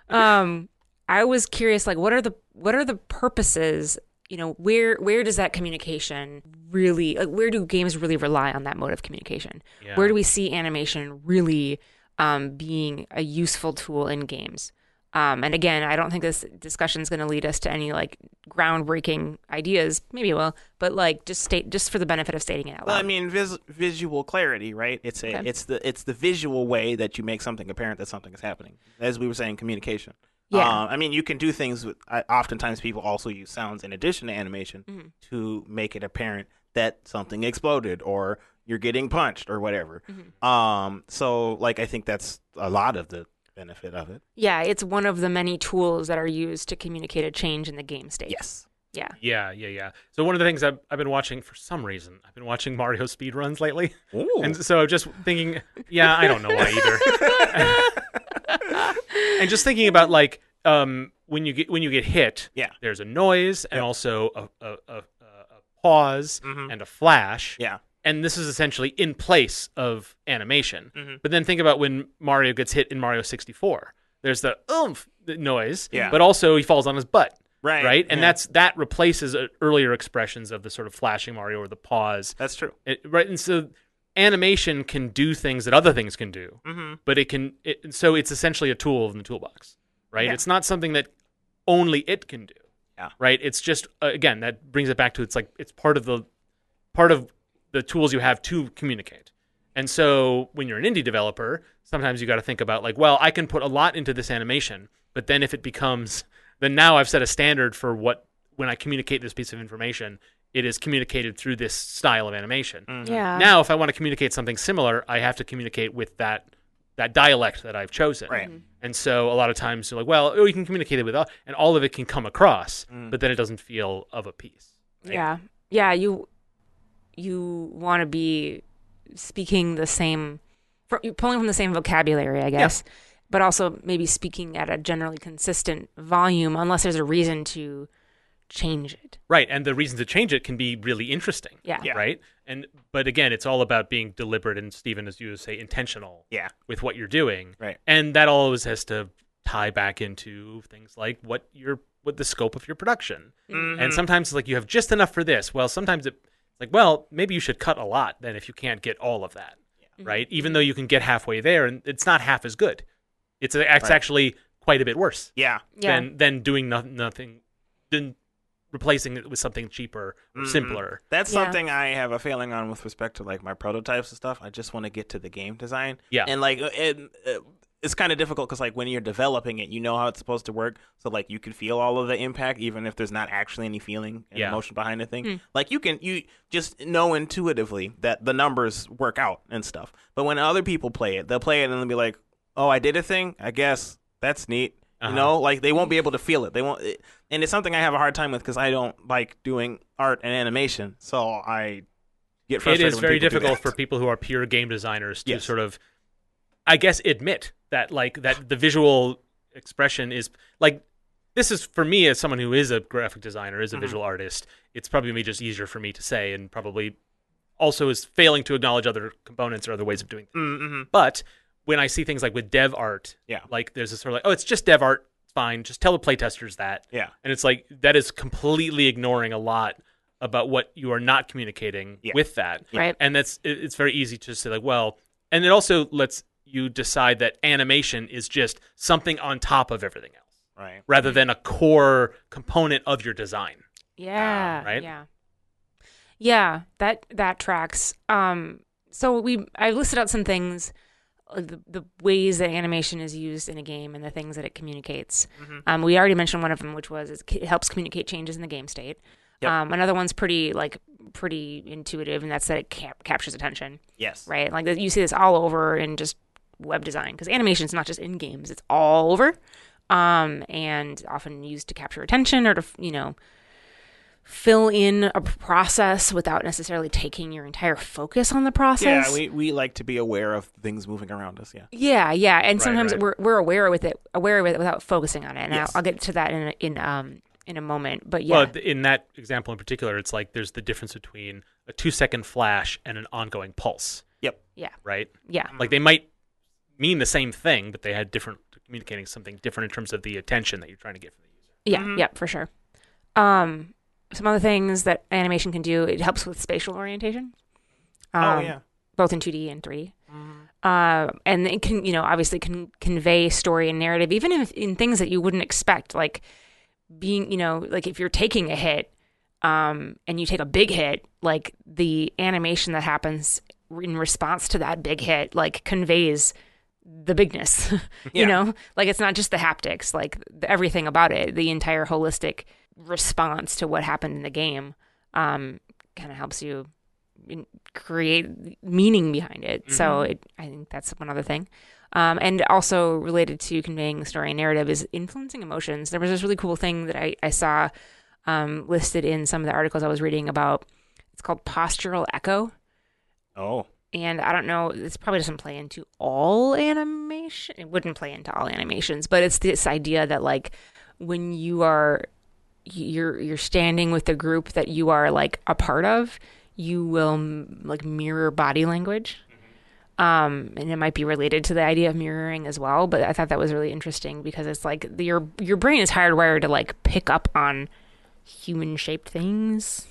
[SPEAKER 2] um, I was curious, like, what are the what are the purposes? You know, where where does that communication really like? Where do games really rely on that mode of communication?
[SPEAKER 1] Yeah.
[SPEAKER 2] Where do we see animation really um, being a useful tool in games? Um, and again, I don't think this discussion is going to lead us to any like groundbreaking ideas. Maybe it will, but like just state just for the benefit of stating it out loud.
[SPEAKER 3] Well, I mean, vis- visual clarity, right? It's a,
[SPEAKER 2] Okay.
[SPEAKER 3] it's the, it's the visual way that you make something apparent that something is happening. As we were saying, communication.
[SPEAKER 2] Yeah.
[SPEAKER 3] Uh, I mean, you can do things with. I, oftentimes, people also use sounds in addition to animation to make it apparent that something exploded or you're getting punched or whatever. Um, so, like, I think that's a lot of the benefit of it.
[SPEAKER 2] yeah, it's one of the many tools that are used to communicate a change in the game state.
[SPEAKER 3] Yes.
[SPEAKER 2] Yeah.
[SPEAKER 1] Yeah, yeah, yeah. So one of the things I've, I've been watching for some reason, I've been watching Mario speedruns lately.
[SPEAKER 3] Ooh.
[SPEAKER 1] And so just thinking, yeah, I don't know why either. and just thinking about like um, when you get when you get hit,
[SPEAKER 3] Yeah.
[SPEAKER 1] there's a noise and also a, a, a, a a pause and a flash.
[SPEAKER 3] Mm-hmm. yeah.
[SPEAKER 1] And this is essentially in place of animation.
[SPEAKER 3] Mm-hmm.
[SPEAKER 1] But then think about when Mario gets hit in Mario 64. There's the oomph noise,
[SPEAKER 3] Yeah.
[SPEAKER 1] but also he falls on his butt.
[SPEAKER 3] Right,
[SPEAKER 1] Right. And
[SPEAKER 3] yeah.
[SPEAKER 1] that's that replaces uh, earlier expressions of the sort of flashing Mario or the pause.
[SPEAKER 3] That's true.
[SPEAKER 1] It, right, and so animation can do things that other things can do, but it can. It, and so it's essentially a tool in the toolbox, right? It's not something that only it can do,
[SPEAKER 3] Yeah.
[SPEAKER 1] right? It's just uh, again that brings it back to it's like it's part of the part of the tools you have to communicate. And so when you're an indie developer, sometimes you got to think about like, well, I can put a lot into this animation, but then if it becomes then now I've set a standard for what when I communicate this piece of information, it is communicated through this style of animation.
[SPEAKER 2] Yeah.
[SPEAKER 1] Now if I want to communicate something similar, I have to communicate with that that dialect that I've chosen.
[SPEAKER 3] Right. Mhm.
[SPEAKER 1] And so a lot of times you're like, well, oh, you can communicate it with all, and all of it can come across, but then it doesn't feel of a piece.
[SPEAKER 2] Yeah. Yeah, you you want to be speaking the same fr- you're pulling from the same vocabulary, I guess, but also maybe speaking at a generally consistent volume unless there's a reason to change it.
[SPEAKER 1] Right, and the reason to change it can be really interesting.
[SPEAKER 2] Yeah. Yeah.
[SPEAKER 1] Right, and but again, it's all about being deliberate and Stephen, as you say, intentional.
[SPEAKER 3] Yeah.
[SPEAKER 1] With what you're doing.
[SPEAKER 3] Right.
[SPEAKER 1] and that always has to tie back into things like what your what the scope of your production.
[SPEAKER 3] Mm-hmm.
[SPEAKER 1] And sometimes it's like you have just enough for this. Well, sometimes it it's like well maybe you should cut a lot then if you can't get all of that. Right, even though you can get halfway there, and it's not half as good. It's it's actually quite a bit worse
[SPEAKER 3] Yeah.
[SPEAKER 2] Yeah.
[SPEAKER 1] than than doing nothing, nothing than replacing it with something cheaper or simpler.
[SPEAKER 3] Mm-hmm. That's
[SPEAKER 2] Yeah.
[SPEAKER 3] something I have a failing on with respect to like my prototypes and stuff. I just want to get to the game design.
[SPEAKER 1] Yeah.
[SPEAKER 3] And like, it, it- it's kind of difficult because like when you're developing it, you know how it's supposed to work. So like you can feel all of the impact, even if there's not actually any feeling and
[SPEAKER 1] Yeah.
[SPEAKER 3] emotion behind the thing.
[SPEAKER 2] Hmm.
[SPEAKER 3] Like you can you just know intuitively that the numbers work out and stuff. But when other people play it, they'll play it and they'll be like, "Oh, I did a thing. I guess that's neat." You
[SPEAKER 1] Uh-huh.
[SPEAKER 3] know, like they won't be able to feel it. They won't, it, and it's something I have a hard time with because I don't like doing art and animation. So I get
[SPEAKER 1] It
[SPEAKER 3] frustrated.
[SPEAKER 1] is
[SPEAKER 3] when
[SPEAKER 1] very
[SPEAKER 3] people do
[SPEAKER 1] difficult
[SPEAKER 3] that.
[SPEAKER 1] for people who are pure game designers to
[SPEAKER 3] Yes.
[SPEAKER 1] sort of, I guess, admit that like that the visual expression is like this is for me as someone who is a graphic designer
[SPEAKER 3] Mm-hmm.
[SPEAKER 1] is a visual artist. It's probably me just easier for me to say and probably also is failing to acknowledge other components or other ways of doing things.
[SPEAKER 3] Mm, mm-hmm.
[SPEAKER 1] But when I see things like with dev art,
[SPEAKER 3] Yeah.
[SPEAKER 1] like there's a sort of like, oh, it's just dev art, it's fine. Just tell the playtesters that.
[SPEAKER 3] Yeah.
[SPEAKER 1] And it's like that is completely ignoring a lot about what you are not communicating
[SPEAKER 3] Yeah.
[SPEAKER 1] with that.
[SPEAKER 2] Right.
[SPEAKER 1] And that's it, it's very easy to say like, well, and it also lets you decide that animation is just something on top of everything else
[SPEAKER 3] right?
[SPEAKER 1] rather than a core component of your design.
[SPEAKER 2] Yeah.
[SPEAKER 1] right?
[SPEAKER 2] Yeah. Yeah, that that tracks. Um so we I listed out some things uh, the, the ways that animation is used in a game and the things that it communicates. Um, we already mentioned one of them, which was it's- it helps communicate changes in the game state.
[SPEAKER 3] Yep.
[SPEAKER 2] Um, another one's pretty like pretty intuitive, and that's that it cap- captures attention,
[SPEAKER 3] Yes.
[SPEAKER 2] right? Like you see this all over in just web design because animation is not just in games; it's all over, um, and often used to capture attention or to you know fill in a process without necessarily taking your entire focus on the process.
[SPEAKER 3] Yeah, we, we like to be aware of things moving around us. Yeah.
[SPEAKER 2] Yeah, yeah, and
[SPEAKER 1] Right,
[SPEAKER 2] sometimes
[SPEAKER 1] right.
[SPEAKER 2] we're we're aware with it, aware of it without focusing on it. And
[SPEAKER 3] Yes.
[SPEAKER 2] I'll, I'll get to that in a, in um in a moment. But yeah,
[SPEAKER 1] Well, th- in that example in particular, it's like there's the difference between a two second flash and an ongoing pulse,
[SPEAKER 3] Yep.
[SPEAKER 2] yeah,
[SPEAKER 1] right?
[SPEAKER 2] yeah,
[SPEAKER 3] Mm-hmm.
[SPEAKER 1] Like they might mean the same thing, but they had different communicating something different in terms of the attention that you're trying to get from the user.
[SPEAKER 2] yeah,
[SPEAKER 3] Mm-hmm.
[SPEAKER 2] yeah, for sure. Um, some other things that animation can do it helps with spatial orientation.
[SPEAKER 3] oh
[SPEAKER 2] um,
[SPEAKER 3] yeah.
[SPEAKER 2] both in 2D and 3D. Uh, and it can, you know, obviously can convey story and narrative, even if in things that you wouldn't expect, like being, you know, like if you're taking a hit, um, and you take a big hit, like the animation that happens in response to that big hit, like conveys the bigness, you
[SPEAKER 3] Yeah.
[SPEAKER 2] know, like it's not just the haptics, like the, everything about it, the entire holistic response to what happened in the game, um, kind of helps you in- create meaning behind it. So it, I think that's one other thing. Um, and also related to conveying story and narrative is influencing emotions. There was this really cool thing that I, I saw um, listed in some of the articles I was reading about. It's called postural echo.
[SPEAKER 3] Oh.
[SPEAKER 2] And I don't know, this probably doesn't play into all animation. It wouldn't play into all animations, but it's this idea that like when you are you're you're standing with the group that you are like a part of, you will m- like mirror body language. Um, and it might be related to the idea of mirroring as well, but I thought that was really interesting because it's like the- your your brain is hardwired to like pick up on human shaped things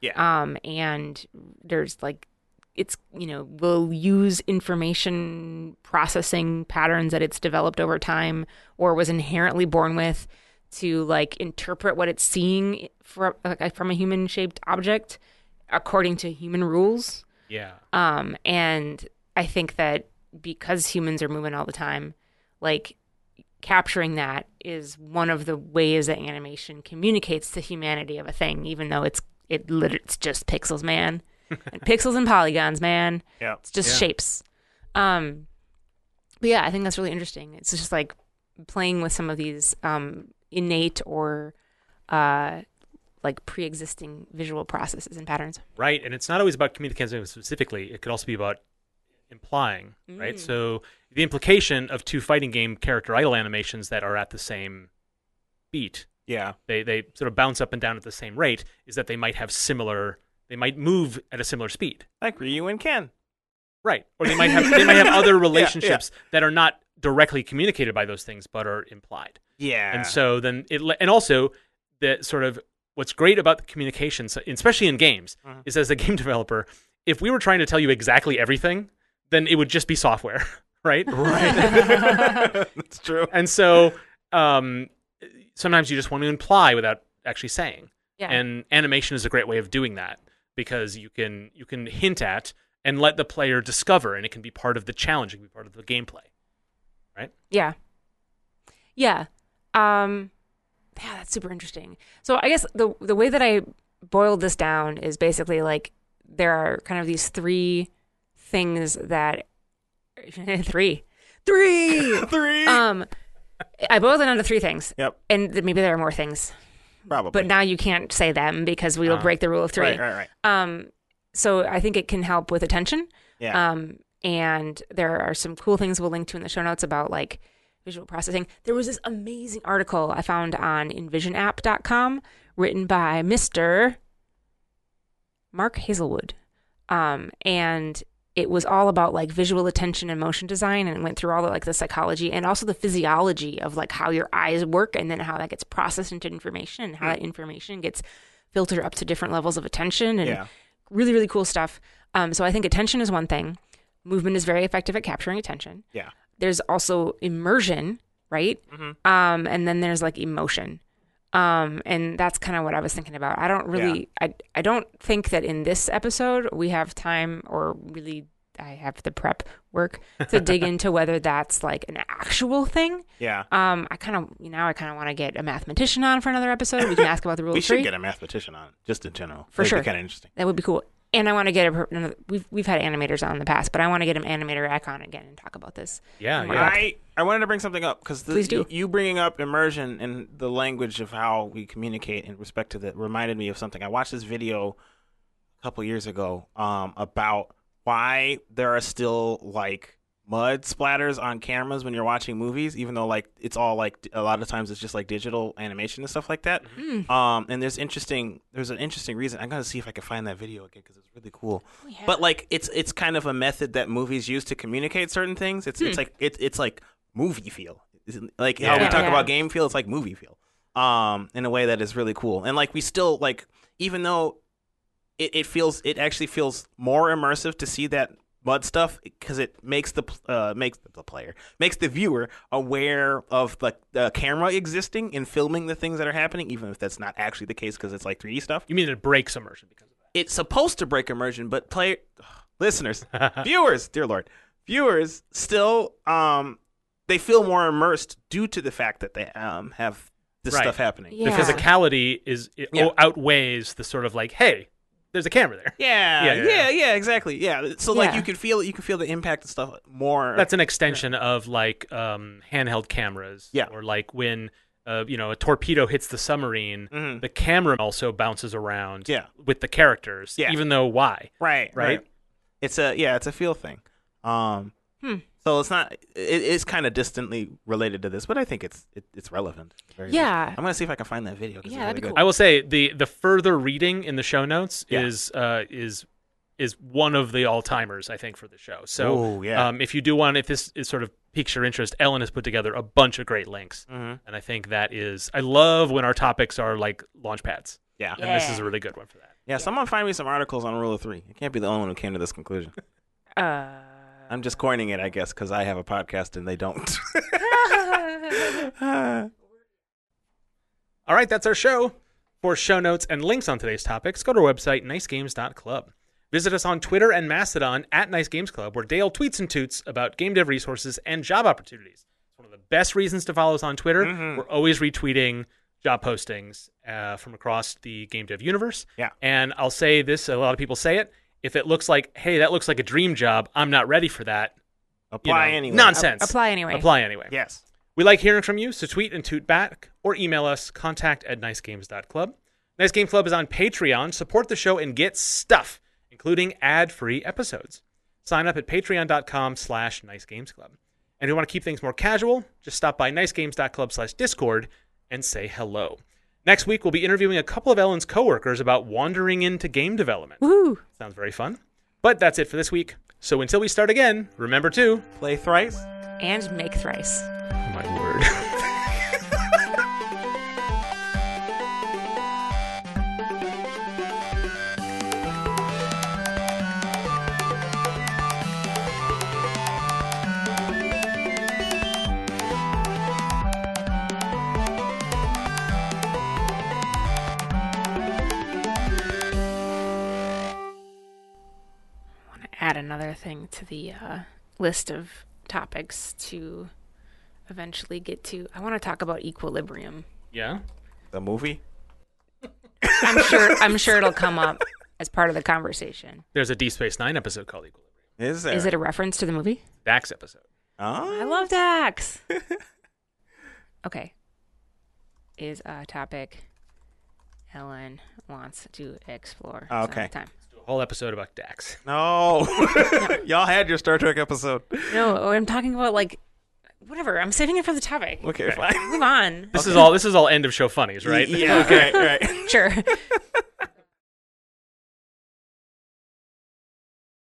[SPEAKER 3] Yeah.
[SPEAKER 2] um and there's like it's you know will use information processing patterns that it's developed over time or was inherently born with to like interpret what it's seeing from like, from a human shaped object according to human rules
[SPEAKER 1] Yeah.
[SPEAKER 2] um, and I think that because humans are moving all the time, like capturing that is one of the ways that animation communicates the humanity of a thing, even though it's it lit- it's just pixels, man, and pixels and polygons, man.
[SPEAKER 3] yeah.
[SPEAKER 2] It's just shapes. Um, but yeah, I think that's really interesting. It's just like playing with some of these um, innate or uh, like pre-existing visual processes and patterns.
[SPEAKER 1] Right. And it's not always about communicating specifically, it could also be about implying, right? So the implication of two fighting game character idle animations that are at the same beat
[SPEAKER 3] Yeah.
[SPEAKER 1] they they sort of bounce up and down at the same rate is that they might have similar they might move at a similar speed
[SPEAKER 3] Like Ryu and Ken.
[SPEAKER 1] right or they might have they might have other relationships that are not directly communicated by those things but are implied
[SPEAKER 3] Yeah.
[SPEAKER 1] and so then it le- and also the sort of what's great about the communication so- especially in games is as a game developer if we were trying to tell you exactly everything then it would just be software right
[SPEAKER 3] that's true.
[SPEAKER 1] and so um, sometimes you just want to imply without actually saying
[SPEAKER 2] Yeah.
[SPEAKER 1] and animation is a great way of doing that because you can you can hint at and let the player discover and it can be part of the challenge it can be part of the gameplay
[SPEAKER 2] Yeah. Yeah. Um yeah, that's super interesting. So I guess the the way that I boiled this down is basically like there are kind of these three things that three. Three.
[SPEAKER 3] Three.
[SPEAKER 2] um I boiled it down to three things.
[SPEAKER 3] Yep.
[SPEAKER 2] And th- maybe there are more things.
[SPEAKER 3] Probably.
[SPEAKER 2] But now you can't say them because we will
[SPEAKER 1] Uh,
[SPEAKER 2] break the rule of three.
[SPEAKER 3] Oh, Ah. Right. Right. Right.
[SPEAKER 2] Um so I think it can help with attention.
[SPEAKER 3] Yeah.
[SPEAKER 2] Um, and there are some cool things we'll link to in the show notes about like visual processing. There was this amazing article I found on envisionapp.com written by Mr. Mark Hazelwood. Um, and it was all about like visual attention and motion design and it went through all the like the psychology and also the physiology of like how your eyes work and then how that gets processed into information and
[SPEAKER 3] Hmm.
[SPEAKER 2] how that information gets filtered up to different levels of attention and
[SPEAKER 3] Yeah.
[SPEAKER 2] really really cool stuff um, so i think attention is one thing movement is very effective at capturing attention
[SPEAKER 3] Yeah.
[SPEAKER 2] there's also immersion right
[SPEAKER 3] Mm-hmm.
[SPEAKER 2] um, and then there's like emotion um, and that's kind of what i was thinking about i don't really I, I don't think that in this episode we have time or really I have the prep work to dig into whether that's like an actual thing.
[SPEAKER 3] Yeah.
[SPEAKER 2] Um, I kind of you know I kind of want to get a mathematician on for another episode. We can ask about the rule
[SPEAKER 3] we
[SPEAKER 2] of three.
[SPEAKER 3] should get a mathematician on, just in general.
[SPEAKER 2] For sure.
[SPEAKER 3] kind of interesting.
[SPEAKER 2] that would be cool. And I want to get a per- another. We've we've had animators on in the past, but I want to get an animator back on again and talk about this.
[SPEAKER 1] Yeah,
[SPEAKER 2] And
[SPEAKER 1] yeah.
[SPEAKER 2] what about-
[SPEAKER 3] I, I wanted to bring something up because
[SPEAKER 2] Please do.
[SPEAKER 3] you bringing up immersion and the language of how we communicate in respect to that reminded me of something. I watched this video a couple years ago um, about why there are still like mud splatters on cameras when you're watching movies, even though like it's all like a lot of times it's just like digital animation and stuff like that.
[SPEAKER 1] Mm.
[SPEAKER 3] Um, and there's interesting there's an interesting reason. I'm gonna see if I can find that video again because it's really cool.
[SPEAKER 1] Oh,
[SPEAKER 3] But like it's it's kind of a method that movies use to communicate certain things. It's it's like it, it's like movie feel. It's Like how we
[SPEAKER 1] Hmm. Yeah.
[SPEAKER 3] talk
[SPEAKER 2] Yeah.
[SPEAKER 3] about game feel, it's like movie feel. Um, in a way that is really cool. And like we still like even though it, it feels it actually feels more immersive to see that mud stuff because it makes the pl- uh, makes the player makes the viewer aware of like the camera existing and filming the things that are happening even if that's not actually the case because it's like 3d stuff
[SPEAKER 1] You mean it breaks immersion because of
[SPEAKER 3] it's supposed to break immersion, but player listeners, viewers, dear lord, viewers still um they feel more immersed due to the fact that they um have this
[SPEAKER 1] Right.
[SPEAKER 3] stuff happening.
[SPEAKER 1] that.
[SPEAKER 2] Yeah.
[SPEAKER 1] The physicality is it
[SPEAKER 3] Yeah.
[SPEAKER 1] o- outweighs the sort of like, hey, there's a camera there.
[SPEAKER 3] Yeah,
[SPEAKER 1] Yeah,
[SPEAKER 3] yeah,
[SPEAKER 1] yeah,
[SPEAKER 3] yeah,
[SPEAKER 1] yeah.
[SPEAKER 3] exactly. Yeah. So like
[SPEAKER 2] Yeah.
[SPEAKER 3] you can feel you can feel the impact and stuff more.
[SPEAKER 1] That's an extension of like um, handheld cameras.
[SPEAKER 3] Yeah.
[SPEAKER 1] Or like when uh, you know a torpedo hits the submarine,
[SPEAKER 3] Mhm.
[SPEAKER 1] the camera also bounces around.
[SPEAKER 3] Yeah.
[SPEAKER 1] With the characters.
[SPEAKER 3] Yeah.
[SPEAKER 1] Even though why?
[SPEAKER 3] right,
[SPEAKER 1] Right.
[SPEAKER 3] It's a yeah, it's a feel thing. Um
[SPEAKER 2] Hmm.
[SPEAKER 3] So it's not. It is kind of distantly related to this, but I think it's it, it's relevant. Very much.
[SPEAKER 2] Yeah.
[SPEAKER 3] I'm gonna see if I can find that video. 'cause it's
[SPEAKER 2] Yeah, that'd be
[SPEAKER 3] really good.
[SPEAKER 2] cool.
[SPEAKER 1] I will say the the further reading in the show notes
[SPEAKER 3] Yeah.
[SPEAKER 1] is uh, is is one of the all timers I think for the show. So
[SPEAKER 3] Ooh, yeah.
[SPEAKER 1] um, if you do want, if this is sort of piques your interest, Ellen has put together a bunch of great links,
[SPEAKER 3] Mm-hmm.
[SPEAKER 1] and I think that is I love when our topics are like launch pads,
[SPEAKER 3] Yeah.
[SPEAKER 1] and this is
[SPEAKER 2] Yeah.
[SPEAKER 1] a really good one for that.
[SPEAKER 3] Yeah, someone find me some articles on Rule of Three. I can't be the only one who came to this conclusion.
[SPEAKER 2] Uh,
[SPEAKER 3] I'm just coining it, I guess, because I have a podcast and they don't.
[SPEAKER 1] All right, that's our show. For show notes and links on today's topics, go to our website, nicegames.club. Visit us on Twitter and Mastodon at Nice Games Club, where Dale tweets and toots about game dev resources and job opportunities. It's one of the best reasons to follow us on Twitter.
[SPEAKER 3] Mm-hmm.
[SPEAKER 1] We're always retweeting job postings uh, from across the game dev universe.
[SPEAKER 3] Yeah.
[SPEAKER 1] And I'll say this a lot of people say it. If it looks like, hey, that looks like a dream job, I'm not ready for that. you
[SPEAKER 3] Apply
[SPEAKER 1] know,
[SPEAKER 3] anyway.
[SPEAKER 1] Nonsense.
[SPEAKER 2] Apply anyway.
[SPEAKER 1] Apply anyway.
[SPEAKER 3] Yes.
[SPEAKER 1] We like hearing from you, so tweet and toot back or email us contact at nicegames.club. Nice Game Club is on Patreon. Support the show and get stuff, including ad-free episodes. Sign up at patreon.com slash nicegamesclub. And if you want to keep things more casual, just stop by nicegames.club slash discord and say hello. Next week, we'll be interviewing a couple of Ellen's coworkers about wandering into game development.
[SPEAKER 2] Woo!
[SPEAKER 1] Sounds very fun. But that's it for this week. So until we start again, remember to...
[SPEAKER 3] Play thrice.
[SPEAKER 2] And make thrice.
[SPEAKER 1] My word.
[SPEAKER 2] want to add another thing to the uh, list of topics to eventually get to. I want to talk about equilibrium.
[SPEAKER 1] Yeah?
[SPEAKER 3] The movie.
[SPEAKER 2] I'm sure. I'm sure it'll come up as part of the conversation.
[SPEAKER 1] There's a D Space Nine episode called Equilibrium.
[SPEAKER 3] Is there?
[SPEAKER 2] Is it a reference to the movie?
[SPEAKER 1] Dax episode.
[SPEAKER 3] Oh.
[SPEAKER 2] I love Dax. okay. Is a topic Ellen wants to explore. some
[SPEAKER 3] Okay.
[SPEAKER 2] Time.
[SPEAKER 1] Let's do a whole episode about Dax.
[SPEAKER 3] No. Y'all had your Star Trek episode.
[SPEAKER 2] No, I'm talking about like whatever. I'm saving it for the topic.
[SPEAKER 3] Okay, fine.
[SPEAKER 2] Move on.
[SPEAKER 1] This is all. This is all end of show funnies, right?
[SPEAKER 3] Yeah. Okay. Right.
[SPEAKER 2] Sure.